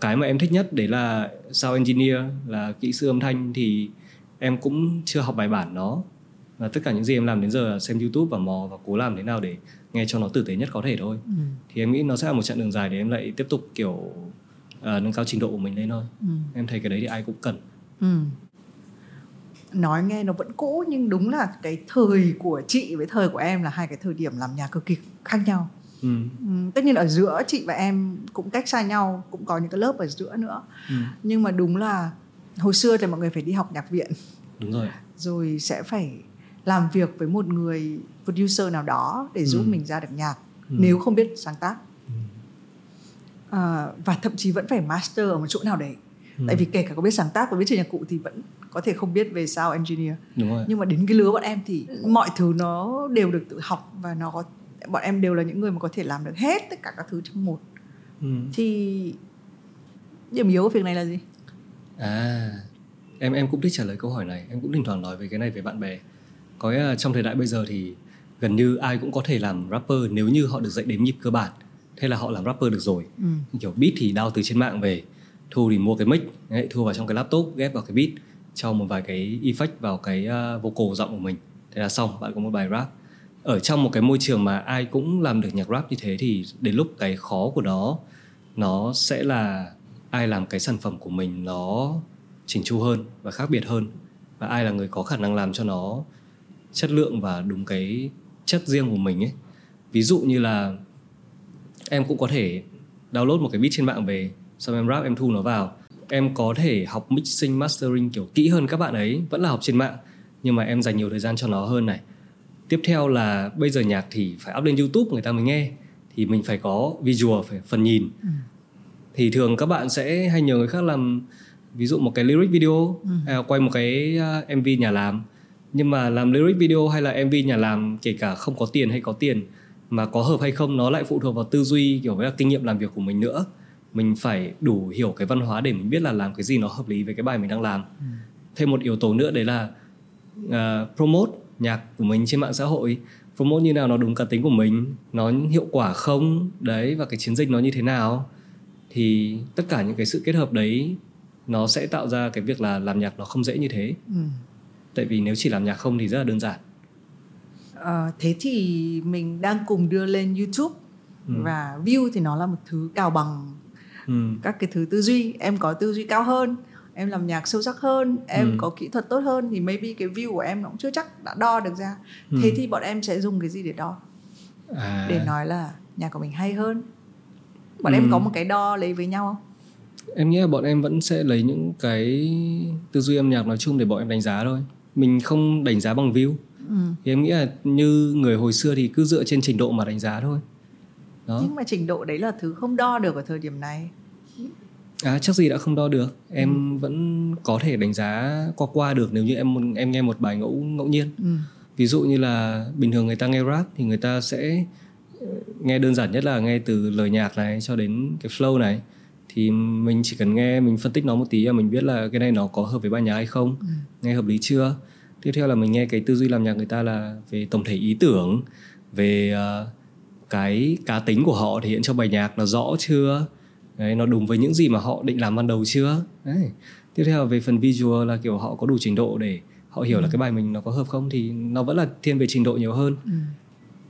B: cái mà em thích nhất đấy là sound engineer là kỹ sư âm thanh thì em cũng chưa học bài bản nó và tất cả những gì em làm đến giờ là xem youtube và mò và cố làm thế nào để nghe cho nó tử tế nhất có thể thôi
A: Ừ.
B: thì em nghĩ nó sẽ là một chặng đường dài để em lại tiếp tục kiểu ờ, nâng cao trình độ của mình lên thôi
A: Ừ.
B: em thấy cái đấy thì ai cũng cần
A: Ừ. nói nghe nó vẫn cũ nhưng đúng là cái thời của chị với thời của em là hai cái thời điểm làm nhà cực kỳ khác nhau
B: ừ.
A: ừ, tất nhiên ở giữa chị và em cũng cách xa nhau cũng có những cái lớp ở giữa nữa
B: Ừ.
A: nhưng mà đúng là hồi xưa thì mọi người phải đi học nhạc viện
B: đúng rồi
A: rồi sẽ phải làm việc với một người producer nào đó để giúp
B: Ừ.
A: mình ra được nhạc
B: Ừ.
A: nếu không biết sáng tác
B: Ừ.
A: à, và thậm chí vẫn phải master ở một chỗ nào đấy
B: Ừ.
A: tại vì kể cả có biết sáng tác có biết chơi nhạc cụ thì vẫn có thể không biết về sound engineer
B: đúng rồi
A: nhưng mà đến cái lứa bọn em thì mọi thứ nó đều được tự học và nó có bọn em đều là những người mà có thể làm được hết tất cả các thứ trong một
B: ừ.
A: thì điểm yếu của việc này là gì
B: À, em em cũng thích trả lời câu hỏi này, em cũng thỉnh thoảng nói về cái này với bạn bè. Có nghĩa là trong thời đại bây giờ thì gần như ai cũng có thể làm rapper nếu như họ được dạy đếm nhịp cơ bản. Thế là họ làm rapper được rồi.
A: ừ.
B: Kiểu beat thì đao từ trên mạng về, thu thì mua cái mic, đấy, thu vào trong cái laptop, ghép vào cái beat, cho một vài cái effect vào cái à, vocal giọng của mình. Thế là xong, bạn có một bài rap. Ở trong một cái môi trường mà ai cũng làm được nhạc rap như thế thì đến lúc cái khó của nó nó sẽ là ai làm cái sản phẩm của mình nó chỉnh chu hơn và khác biệt hơn và ai là người có khả năng làm cho nó chất lượng và đúng cái chất riêng của mình ấy ví dụ như là em cũng có thể download một cái beat trên mạng về xong em rap em thu nó vào em có thể học mixing mastering kiểu kỹ hơn các bạn ấy vẫn là học trên mạng nhưng mà em dành nhiều thời gian cho nó hơn này tiếp theo là bây giờ nhạc thì phải up lên youtube người ta mới nghe thì mình phải có visual phải phần nhìn
A: Ừ.
B: thì thường các bạn sẽ hay nhờ người khác làm ví dụ một cái lyric video
A: Ừ.
B: hay là quay một cái à, mv nhà làm nhưng mà làm lyric video hay là mv nhà làm kể cả không có tiền hay có tiền mà có hợp hay không nó lại phụ thuộc vào tư duy kiểu với là kinh nghiệm làm việc của mình nữa mình phải đủ hiểu cái văn hóa để mình biết là làm cái gì nó hợp lý với cái bài mình đang làm thêm một yếu tố nữa đấy là à, promote nhạc của mình trên mạng xã hội promote như nào nó đúng cá tính của mình nó hiệu quả không đấy và cái chiến dịch nó như thế nào thì tất cả những cái sự kết hợp đấy nó sẽ tạo ra cái việc là làm nhạc nó không dễ như thế
A: Ừ.
B: tại vì nếu chỉ làm nhạc không thì rất là đơn giản
A: Ờ, thế thì mình đang cùng đưa lên youtube
B: Ừ.
A: và view thì nó là một thứ cao bằng
B: ừ,
A: các cái thứ tư duy em có tư duy cao hơn em làm nhạc sâu sắc hơn em
B: Ừ.
A: có kỹ thuật tốt hơn thì maybe cái view của em nó cũng chưa chắc đã đo được ra
B: Ừ.
A: thế thì bọn em sẽ dùng cái gì để đo
B: à,
A: để nói là nhạc của mình hay hơn bọn em
B: Ừ.
A: có một cái đo lấy với nhau không
B: em nghĩ là bọn em vẫn sẽ lấy những cái tư duy âm nhạc nói chung để bọn em đánh giá thôi mình không đánh giá bằng view
A: ừ.
B: thì em nghĩ là như người hồi xưa thì cứ dựa trên trình độ mà đánh giá thôi đó
A: nhưng mà trình độ đấy là thứ không đo được ở thời điểm này
B: À, chắc gì đã không đo được
A: Ừ.
B: em vẫn có thể đánh giá qua qua được nếu như em em nghe một bài ngẫu ngẫu nhiên
A: ừ.
B: ví dụ như là bình thường người ta nghe rap thì người ta sẽ ờ, nghe đơn giản nhất là nghe từ lời nhạc này cho đến cái flow này thì mình chỉ cần nghe mình phân tích nó một tí là mình biết là cái này nó có hợp với bài nhạc hay không nghe hợp lý chưa tiếp theo là mình nghe cái tư duy làm nhạc người ta là về tổng thể ý tưởng về ờ, cái cá tính của họ thể hiện trong bài nhạc nó rõ chưa Đấy, nó đúng với những gì mà họ định làm ban đầu chưa Đấy. tiếp theo là về phần visual là kiểu họ có đủ trình độ để họ hiểu là cái bài mình nó có hợp không thì nó vẫn là thiên về trình độ nhiều hơn
A: Ừ.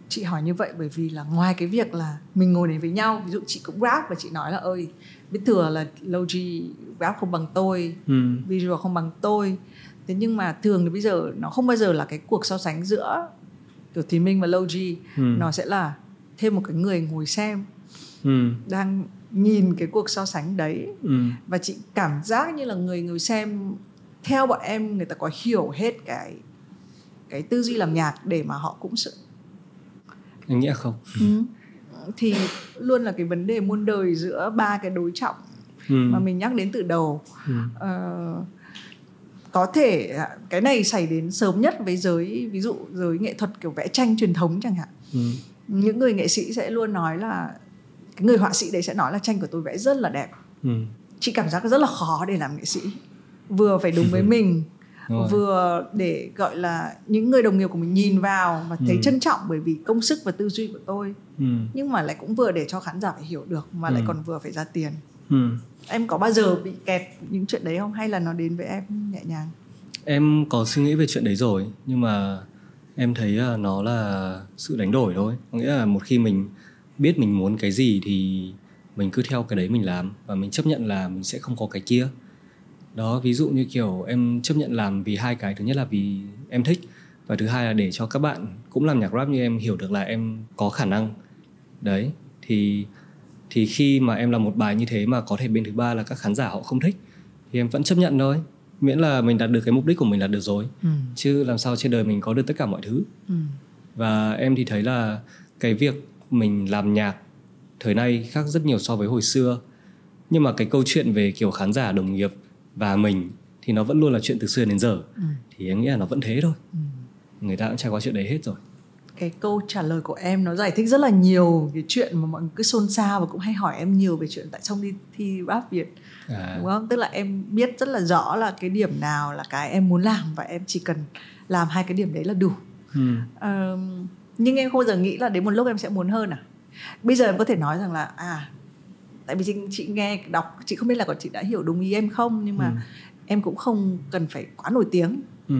A: chị hỏi như vậy bởi vì là ngoài cái việc là mình ngồi đến với nhau ví dụ chị cũng rap và chị nói là ơi biết thừa là Logi rap không bằng tôi
B: ừ.
A: visual không bằng tôi thế nhưng mà thường thì bây giờ nó không bao giờ là cái cuộc so sánh giữa kiểu Thùy Minh và Logi
B: Ừ.
A: nó sẽ là thêm một cái người ngồi xem
B: Ừ.
A: đang nhìn cái cuộc so sánh đấy
B: Ừ.
A: và chị cảm giác như là người người xem theo bọn em người ta có hiểu hết cái cái tư duy làm nhạc để mà họ cũng sự
B: anh nghĩ là không
A: Ừ. thì luôn là cái vấn đề muôn đời giữa ba cái đối trọng
B: ừ.
A: mà mình nhắc đến từ đầu
B: Ừ.
A: Ờ, có thể cái này xảy đến sớm nhất với giới ví dụ giới nghệ thuật kiểu vẽ tranh truyền thống chẳng hạn
B: ừ.
A: những người nghệ sĩ sẽ luôn nói là cái người họa sĩ đấy sẽ nói là tranh của tôi vẽ rất là đẹp
B: Ừ.
A: chị cảm giác rất là khó để làm nghệ sĩ vừa phải đúng với mình
B: Đúng rồi.
A: vừa để gọi là những người đồng nghiệp của mình nhìn vào và thấy
B: Ừ.
A: trân trọng bởi vì công sức và tư duy của tôi
B: Ừ.
A: nhưng mà lại cũng vừa để cho khán giả phải hiểu được mà lại
B: Ừ.
A: còn vừa phải ra tiền
B: Ừ.
A: em có bao giờ bị kẹt những chuyện đấy không hay là nó đến với em nhẹ nhàng
B: em có suy nghĩ về chuyện đấy rồi nhưng mà em thấy là nó là sự đánh đổi thôi có nghĩa là một khi mình biết mình muốn cái gì thì mình cứ theo cái đấy mình làm và mình chấp nhận là mình sẽ không có cái kia đó ví dụ như kiểu em chấp nhận làm vì hai cái thứ nhất là vì em thích và thứ hai là để cho các bạn cũng làm nhạc rap như em hiểu được là em có khả năng đấy thì thì khi mà em làm một bài như thế mà có thể bên thứ ba là các khán giả họ không thích thì em vẫn chấp nhận thôi miễn là mình đạt được cái mục đích của mình là được rồi chứ làm sao trên đời mình có được tất cả mọi thứ
A: Ừ,
B: và em thì thấy là cái việc mình làm nhạc thời nay khác rất nhiều so với hồi xưa nhưng mà cái câu chuyện về kiểu khán giả đồng nghiệp và mình thì nó vẫn luôn là chuyện từ xưa đến giờ
A: ừ,
B: thì em nghĩ là nó vẫn thế thôi người ta cũng trải qua chuyện đấy hết rồi
A: cái câu trả lời của em nó giải thích rất là nhiều cái chuyện mà mọi người cứ xôn xao và cũng hay hỏi em nhiều về chuyện tại sao không đi thi rap việt
B: à,
A: đúng không tức là em biết rất là rõ là cái điểm nào là cái em muốn làm và em chỉ cần làm hai cái điểm đấy là đủ
B: ừ,
A: Ờm, nhưng em không bao giờ nghĩ là đến một lúc em sẽ muốn hơn à bây giờ em có thể nói rằng là à tại vì chị, chị nghe đọc chị không biết là có chị đã hiểu đúng ý em không nhưng mà
B: Ừ.
A: em cũng không cần phải quá nổi tiếng
B: ừ,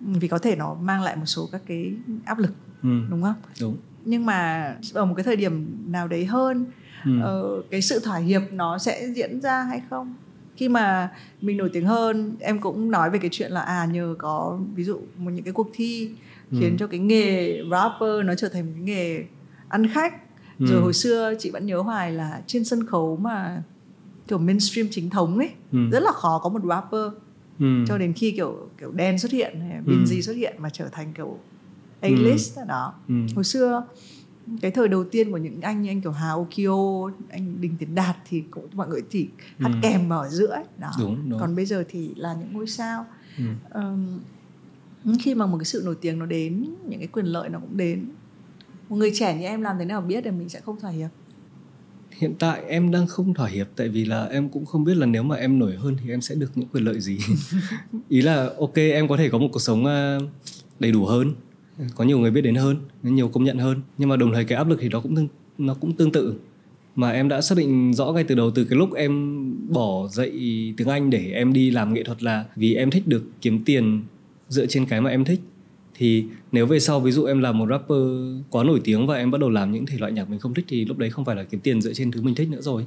A: vì có thể nó mang lại một số các cái áp lực
B: ừ,
A: đúng không
B: đúng
A: nhưng mà ở một cái thời điểm nào đấy hơn
B: ừ,
A: ờ, cái sự thỏa hiệp nó sẽ diễn ra hay không khi mà mình nổi tiếng hơn em cũng nói về cái chuyện là à nhờ có ví dụ một những cái cuộc thi
B: Ừ.
A: khiến cho cái nghề rapper nó trở thành một cái nghề ăn khách
B: Ừ.
A: rồi hồi xưa chị vẫn nhớ hoài là trên sân khấu mà kiểu mainstream chính thống ấy
B: Ừ.
A: rất là khó có một rapper
B: ừ,
A: cho đến khi kiểu kiểu đen xuất hiện hay
B: Ừ.
A: Binz xuất hiện mà trở thành kiểu A list đó
B: ừ,
A: hồi xưa cái thời đầu tiên của những anh như anh kiểu Hà Okio, anh Đinh Tiến Đạt thì cũng mọi người chỉ hát
B: Ừ.
A: kèm ở giữa ấy. đó.
B: đúng đúng
A: Còn bây giờ thì là những ngôi sao.
B: ừ,
A: Ờm, khi mà một cái sự nổi tiếng nó đến, những cái quyền lợi nó cũng đến. Một người trẻ như em làm thế nào biết là mình sẽ không thỏa hiệp.
B: hiện tại em đang không thỏa hiệp tại vì là em cũng không biết là nếu mà em nổi hơn thì em sẽ được những quyền lợi gì ý là ok em có thể có một cuộc sống ờ, đầy đủ hơn có nhiều người biết đến hơn nhiều công nhận hơn nhưng mà đồng thời cái áp lực thì nó cũng tương, nó cũng tương tự mà em đã xác định rõ ngay từ đầu từ cái lúc em bỏ dạy tiếng Anh để em đi làm nghệ thuật là vì em thích được kiếm tiền dựa trên cái mà em thích thì nếu về sau ví dụ em là một rapper quá nổi tiếng và em bắt đầu làm những thể loại nhạc mình không thích thì lúc đấy không phải là kiếm tiền dựa trên thứ mình thích nữa rồi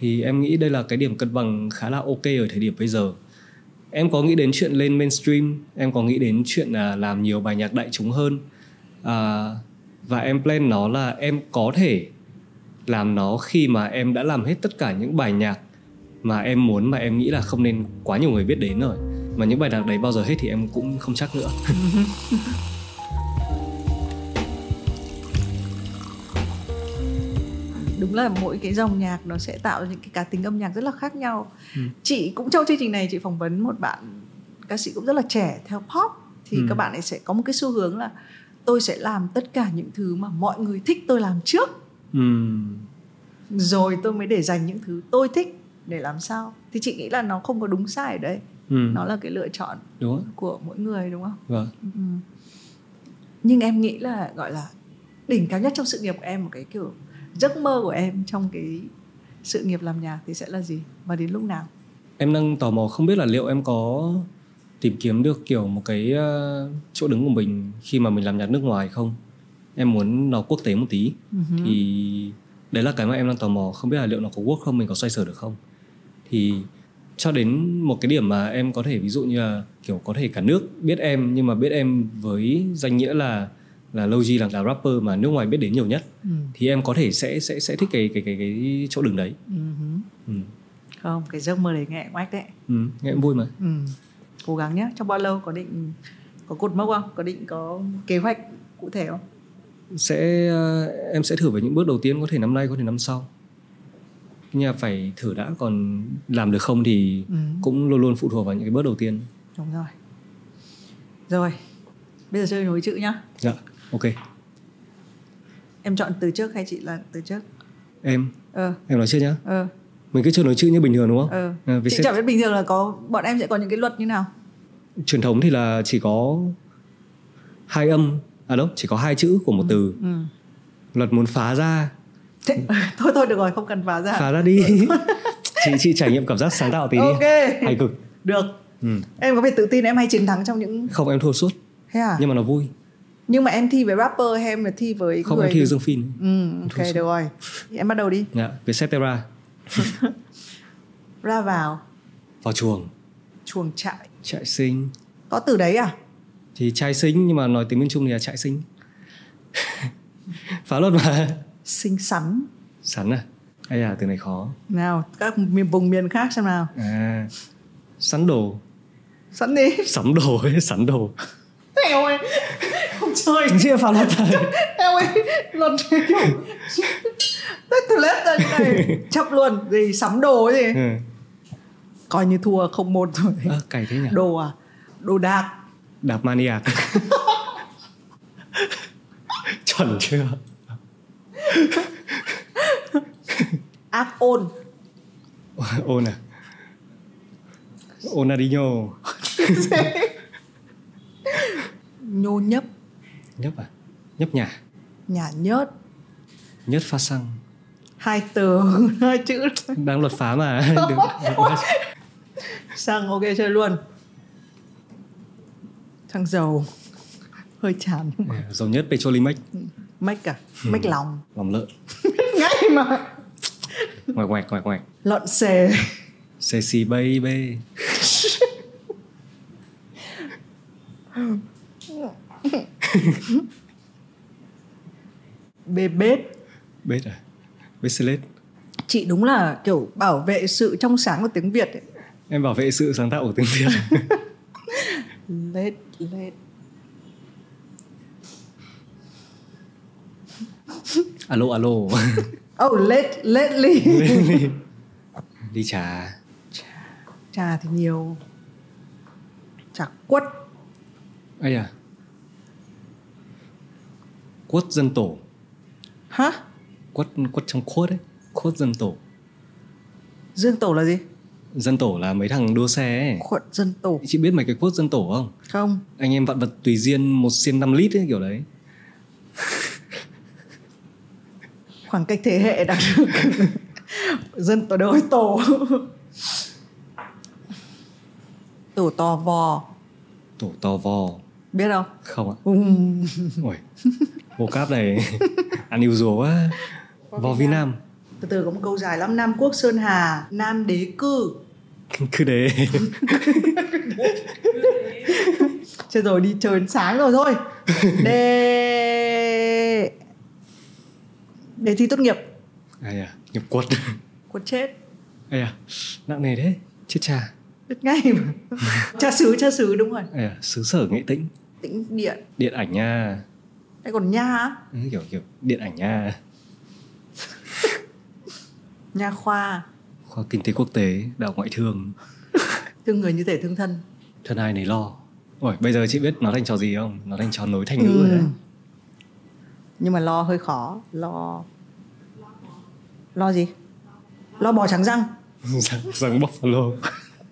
B: thì em nghĩ đây là cái điểm cân bằng khá là ok ở thời điểm bây giờ em có nghĩ đến chuyện lên mainstream em có nghĩ đến chuyện là làm nhiều bài nhạc đại chúng hơn à, và em plan nó là em có thể làm nó khi mà em đã làm hết tất cả những bài nhạc mà em muốn mà em nghĩ là không nên quá nhiều người biết đến rồi mà những bài nhạc đấy bao giờ hết thì em cũng không chắc nữa
A: Đúng là mỗi cái dòng nhạc nó sẽ tạo ra những cái cá tính âm nhạc rất là khác nhau.
B: Ừ.
A: Chị cũng trong chương trình này chị phỏng vấn một bạn ca sĩ cũng rất là trẻ theo pop thì
B: Ừ.
A: các bạn ấy sẽ có một cái xu hướng là tôi sẽ làm tất cả những thứ mà mọi người thích tôi làm trước
B: Ừm, Ừ.
A: rồi tôi mới để dành những thứ tôi thích để làm sao thì chị nghĩ là nó không có đúng sai ở đây
B: ừm,
A: nó là cái lựa chọn
B: đúng không?
A: của mỗi người đúng không
B: Vâng.
A: Ừ. nhưng em nghĩ là gọi là đỉnh cao nhất trong sự nghiệp của em một cái kiểu giấc mơ của em trong cái sự nghiệp làm nhạc thì sẽ là gì và đến lúc nào
B: Em đang tò mò không biết là liệu em có tìm kiếm được kiểu một cái ờ, chỗ đứng của mình khi mà mình làm nhạc nước ngoài không? Em muốn nó quốc tế một tí
A: Ừ.
B: thì đấy là cái mà em đang tò mò không biết là liệu nó có work không mình có xoay sở được không thì cho đến một cái điểm mà em có thể ví dụ như là kiểu có thể cả nước biết em nhưng mà biết em với danh nghĩa là là Logi là, là rapper mà nước ngoài biết đến nhiều nhất
A: Ừ.
B: thì em có thể sẽ sẽ sẽ thích cái cái cái cái chỗ đứng đấy
A: Ừ.
B: ừ.
A: không cái giấc mơ đấy nghe oách đấy
B: Ừ. nghe cũng vui mà
A: Ừ. Cố gắng nhé. Trong bao lâu có định có cột mốc không? Có định có kế hoạch cụ thể không?
B: sẽ ờ, em sẽ thử với những bước đầu tiên có thể năm nay có thể năm sau
A: Ừ.
B: nhưng mà phải thử đã còn làm được không thì cũng luôn luôn phụ thuộc vào những cái bước đầu tiên
A: đúng rồi rồi bây giờ chơi nối chữ nhá
B: dạ ok
A: em chọn từ trước hay chị là từ trước
B: em
A: ờ
B: em nói chưa nhá
A: ờ
B: mình cứ chơi nói chữ như bình thường đúng không
A: ờ
B: à, vì
A: chị
B: sếp-
A: chẳng biết bình thường là có bọn em sẽ có những cái luật như nào
B: truyền thống thì là chỉ có hai âm à đâu chỉ có hai chữ của một từ
A: ừ
B: luật muốn phá ra
A: Thế, thôi thôi được rồi không cần phá ra
B: phá ra đi chị chị trải nghiệm cảm giác sáng tạo tí đi
A: ok
B: hay cực
A: được
B: ừ.
A: em có vẻ tự tin em hay chiến thắng trong những
B: không em thua suốt
A: thế à
B: nhưng mà nó vui
A: nhưng mà em thi với rapper hay em là thi với
B: không
A: người
B: em thi với dương phin
A: ừ
B: Thua
A: ok
B: suốt.
A: được rồi em bắt đầu đi
B: dạ với septera
A: ra vào
B: vào chuồng
A: chuồng trại
B: trại sinh
A: có từ đấy à
B: thì trai sinh nhưng mà nói tiếng miền trung thì là trại sinh phá luật mà
A: xinh xắn
B: sắn à hay à từ này khó
A: nào các miền vùng miền khác xem nào
B: à sắn đồ
A: sẵn đi
B: sắm đồ ấy sắn đồ
A: Eo ơi Không chơi
B: chưa phá luật à?
A: Eo ơi Lần này kiểu Tết thử lết ra như này Chấp luôn Gì sắm đồ ấy gì
B: ừ.
A: Coi như thua không một rồi
B: à, cày thế nhỉ
A: Đồ à Đồ đạc
B: đạp maniac chuẩn chưa
A: Ác ôn
B: ôn à Onadinho
A: Nhô nhấp
B: nhấp à nhấp nhả
A: Nhả nhớt
B: nhất pha xăng
A: Hai từ Hai chữ
B: đang luật phá mà Đừng-
A: Sang ok chơi luôn Thằng dầu Hơi chán
B: dầu nhất petrolimex
A: Mách à Mách lòng
B: lòng lợn
A: Ngay mà
B: ngoạch ngoạch ngoạch ngoạch
A: Lợn xề
B: cc baby
A: Bê bết
B: bết à bết select
A: chị đúng là kiểu bảo vệ sự trong sáng của tiếng Việt ấy.
B: em bảo vệ sự sáng tạo của tiếng việt
A: Lết lết
B: alo alo
A: Oh lết lết ly
B: đi trà
A: Trà thì nhiều Trà quất
B: ấy à quất dân tổ
A: Hả?
B: quất quất trong quất ấy quất dân tổ
A: Dương tổ là gì?
B: dân tổ là mấy thằng đua xe ấy
A: Quận dân tổ
B: chị biết mấy cái quất dân tổ không
A: Không
B: anh em vạn vật tùy duyên một xiên 5 lít ấy kiểu đấy
A: Khoảng cách thế hệ đạt được Dân tổ đôi tổ Tổ tò vò
B: tổ to vò
A: Biết không?
B: không ạ
A: Ừm.
B: ôi vô cáp này ăn yêu rùa quá vò vi nam
A: Từ từ có một câu dài lắm Nam Quốc Sơn Hà Nam Đế Cư
B: cứ để
A: Chết rồi đi chơi đến sáng rồi thôi Đề Đề thi tốt nghiệp
B: ai à nhập quật
A: Quật chết
B: ai à nặng nề thế chết cha
A: Biết ngay mà Cha xứ cha xứ đúng rồi
B: ai à xứ sở nghệ tĩnh
A: Tĩnh điện
B: điện ảnh nha
A: Hay còn nha á.
B: Ừ, kiểu kiểu điện ảnh nha
A: Nha khoa
B: khoa kinh tế quốc tế đạo ngoại thương
A: Thương người như thể thương thân
B: thân ai nấy lo ôi bây giờ chị biết nó thành trò gì không nó thành trò nối thành ngữ rồi đấy
A: Nhưng mà lo hơi khó Lo Lo gì Lo bò trắng răng
B: răng Dạ, răng buffalo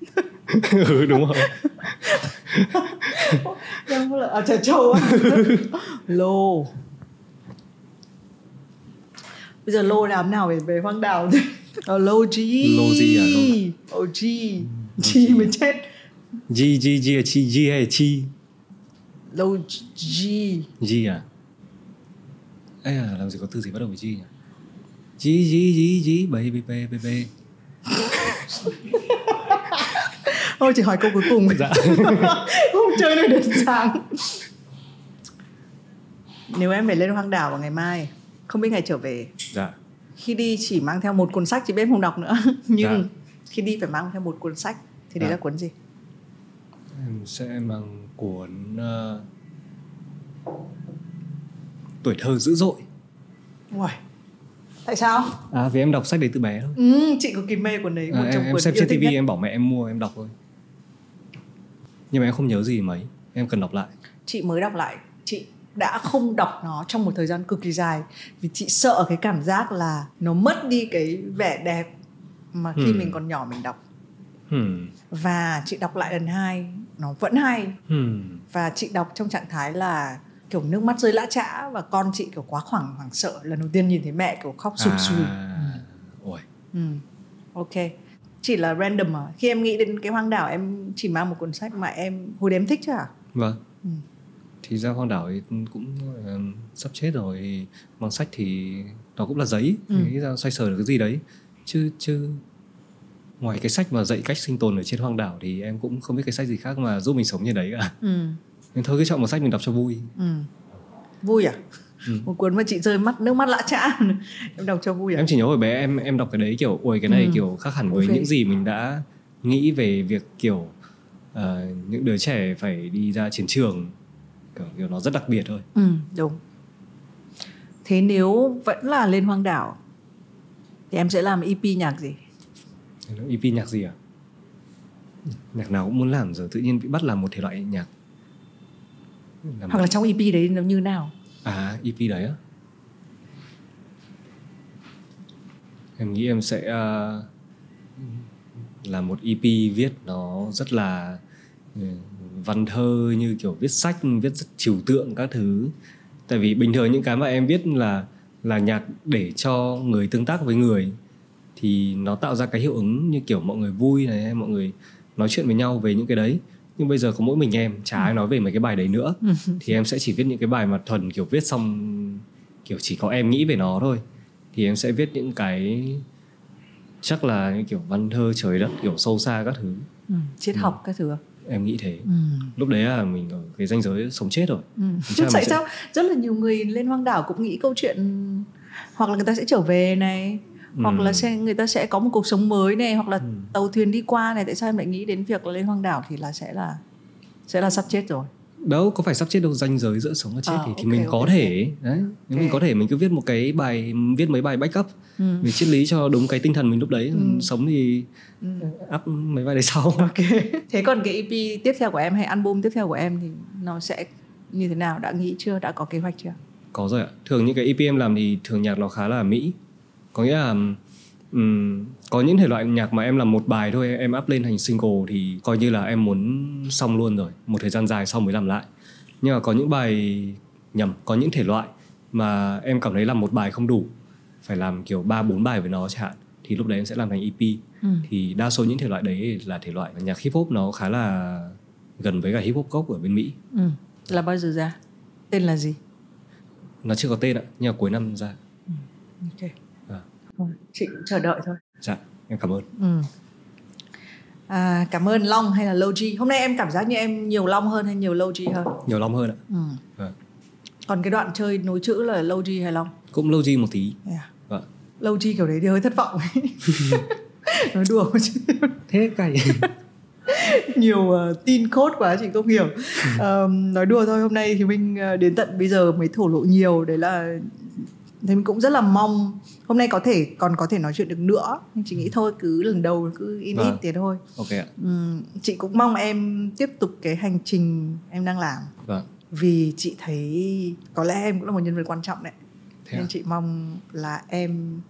B: ừ đúng rồi
A: Răng là à, chả trâu á. Lô Bây giờ lô làm nào để về hoang đảo chứ Ờ, Lô G
B: Lô gì à,
A: Lô G
B: Ừ,
A: G mới chết
B: G G G chi G hay chi
A: Lô G
B: G à ấy à làm gì có từ gì bắt đầu với G nhỉ G G G G baby baby baby
A: Thôi chỉ hỏi câu cuối cùng
B: dạ
A: Không chơi nữa đến sáng Nếu em phải lên hoang đảo vào ngày mai Không biết ngày trở về
B: dạ
A: Khi đi chỉ mang theo một cuốn sách Chị biết em không đọc nữa Nhưng
B: Dạ.
A: khi đi phải mang theo một cuốn sách Thì đấy
B: Dạ.
A: là cuốn gì?
B: em sẽ mang cuốn ờ, tuổi thơ dữ dội
A: Uầy. Tại sao?
B: à vì em đọc sách đấy từ bé thôi
A: Ừ, chị cực kỳ mê cuốn đấy,
B: à,
A: một
B: em,
A: trong
B: em
A: cuốn
B: xem
A: yêu
B: trên
A: thích
B: TV
A: nhất.
B: em bảo mẹ em mua em đọc thôi nhưng mà em không nhớ gì mấy em cần đọc lại
A: chị mới đọc lại chị đã không đọc nó trong một thời gian cực kỳ dài vì chị sợ cái cảm giác là nó mất đi cái vẻ đẹp mà khi
B: Hmm.
A: mình còn nhỏ mình đọc
B: hmm.
A: và chị đọc lại lần hai nó vẫn hay
B: Hmm.
A: và chị đọc trong trạng thái là kiểu nước mắt rơi lã chã và con chị kiểu quá khoảng hoảng sợ lần đầu tiên nhìn thấy mẹ kiểu khóc sụp sùi
B: à. ôi
A: ừ. ok chỉ là random à khi em nghĩ đến cái hoang đảo em chỉ mang một cuốn sách mà em hồi đấy em thích chứ à
B: vâng
A: Ừ.
B: thì ra hoang đảo thì cũng ờ, sắp chết rồi bằng sách thì nó cũng là giấy
A: Ừ.
B: nghĩ ra xoay sở được cái gì đấy chứ chứ ngoài cái sách mà dạy cách sinh tồn ở trên hoang đảo thì em cũng không biết cái sách gì khác mà giúp mình sống như đấy cả
A: ừ.
B: nên thôi cứ chọn một sách mình đọc cho vui
A: Ừ. vui à
B: Ừ.
A: một cuốn mà chị rơi mắt nước mắt lã chã em đọc cho vui à
B: em chỉ nhớ hồi bé em em đọc cái đấy kiểu ôi cái này
A: Ừ.
B: kiểu khác hẳn
A: Cũng
B: với
A: phê.
B: những gì mình đã nghĩ về việc kiểu ờ, những đứa trẻ phải đi ra chiến trường kiểu, kiểu nó rất đặc biệt thôi
A: ừ, đúng thế nếu vẫn là lên hoang đảo thì em sẽ làm ep nhạc gì
B: EP nhạc gì à nhạc nào cũng muốn làm rồi tự nhiên bị bắt làm một thể loại nhạc làm
A: hoặc là trong ep đấy nó như nào
B: à EP đấy á em nghĩ em sẽ ờ, làm một EP viết nó rất là ừ, văn thơ như kiểu viết sách viết rất trừu tượng các thứ tại vì bình thường những cái mà em viết là là nhạc để cho người tương tác với người thì nó tạo ra cái hiệu ứng như kiểu mọi người vui này mọi người nói chuyện với nhau về những cái đấy nhưng bây giờ có mỗi mình em chả ai nói về mấy cái bài đấy nữa thì em sẽ chỉ viết những cái bài mà thuần kiểu viết xong kiểu chỉ có em nghĩ về nó thôi thì em sẽ viết những cái chắc là những kiểu văn thơ trời đất kiểu sâu xa các thứ
A: ừ, triết
B: Ừ.
A: học các thứ à?
B: em nghĩ thế
A: ừ.
B: lúc đấy là mình ở cái ranh giới sống chết rồi
A: Ừ.
B: Chắc là
A: tại
B: mình sẽ-
A: sao rất là nhiều người lên hoang đảo cũng nghĩ câu chuyện hoặc là người ta sẽ trở về này hoặc
B: Ừ.
A: là sẽ người ta sẽ có một cuộc sống mới này hoặc là
B: Ừ.
A: tàu thuyền đi qua này tại sao em lại nghĩ đến việc là lên hoang đảo thì là sẽ là sẽ là sắp chết rồi
B: đâu có phải sắp chết đâu ranh giới giữa sống và chết
A: À,
B: thì, thì
A: ok,
B: mình
A: ok,
B: có
A: ok.
B: thể đấy nếu mình
A: Ok.
B: có thể mình cứ viết một cái bài viết mấy bài backup
A: ừ.
B: về triết lý cho đúng cái tinh thần mình lúc đấy
A: Ừ.
B: sống thì
A: Ừ.
B: up mấy bài đấy sau
A: ok thế còn cái ep tiếp theo của em hay album tiếp theo của em thì nó sẽ như thế nào đã nghĩ chưa đã có kế hoạch chưa
B: Có rồi ạ. Thường những cái EP em làm thì thường nhạc nó khá là mỹ. Có nghĩa là ừm, có những thể loại nhạc mà em làm một bài thôi em up lên thành single thì coi như là em muốn xong luôn rồi, một thời gian dài xong mới làm lại. Nhưng mà có những bài nhầm, có những thể loại mà em cảm thấy làm một bài không đủ, phải làm kiểu 3 4 bài với nó chẳng hạn thì lúc đấy em sẽ làm thành EP.
A: Ừ.
B: Thì đa số những thể loại đấy là thể loại nhạc hip hop nó khá là gần với cả hip hop gốc ở bên Mỹ.
A: ừ. là bao giờ ra tên là gì
B: Nó chưa có tên ạ, nhưng mà cuối năm ra.
A: ok
B: À.
A: Thôi, chị cũng chờ đợi thôi
B: Dạ, em cảm ơn.
A: Ừ. À, cảm ơn Long hay là Logi. Hôm nay em cảm giác như em nhiều Long hơn hay nhiều Logi hơn?
B: nhiều lòng hơn ạ
A: Ừ.
B: Vâng.
A: Còn cái đoạn chơi nối chữ là Logi hay Long?
B: cũng logi một tí
A: Yeah.
B: Vâng.
A: Logi kiểu đấy thì hơi thất vọng. Nói đùa chứ
B: thế cày
A: nhiều ờ, tin code quá chị không hiểu. Ờ, nói đùa thôi. Hôm nay thì mình ờ, đến tận bây giờ mới thổ lộ nhiều đấy là thì mình cũng rất là mong hôm nay có thể còn có thể nói chuyện được nữa nhưng chị nghĩ thôi cứ lần đầu cứ in ít
B: Vâng.
A: thế thôi
B: ok ạ
A: Ừm, chị cũng mong em tiếp tục cái hành trình em đang làm
B: vâng
A: vì chị thấy có lẽ em cũng là một nhân vật quan trọng đấy
B: thế à?
A: nên
B: ạ
A: chị mong là em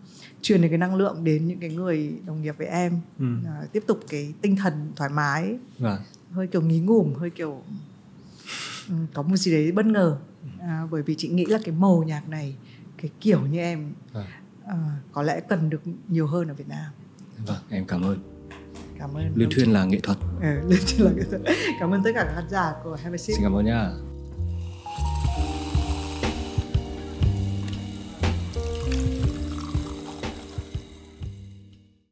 A: truyền được cái năng lượng đến những cái người đồng nghiệp với em
B: ừ.
A: à, tiếp tục cái tinh thần thoải mái
B: vâng
A: hơi kiểu nghỉ ngủm hơi kiểu ừ, có một gì đấy bất ngờ à, bởi vì chị nghĩ là cái màu nhạc này cái kiểu như em
B: Vâng.
A: à, có lẽ cần được nhiều hơn ở Việt Nam
B: vâng em cảm ơn
A: cảm ơn
B: liên thuyên là nghệ thuật
A: Ừ, lên trên là cái- cảm ơn tất cả các khán giả của Have a Sip.
B: xin cảm ơn nhá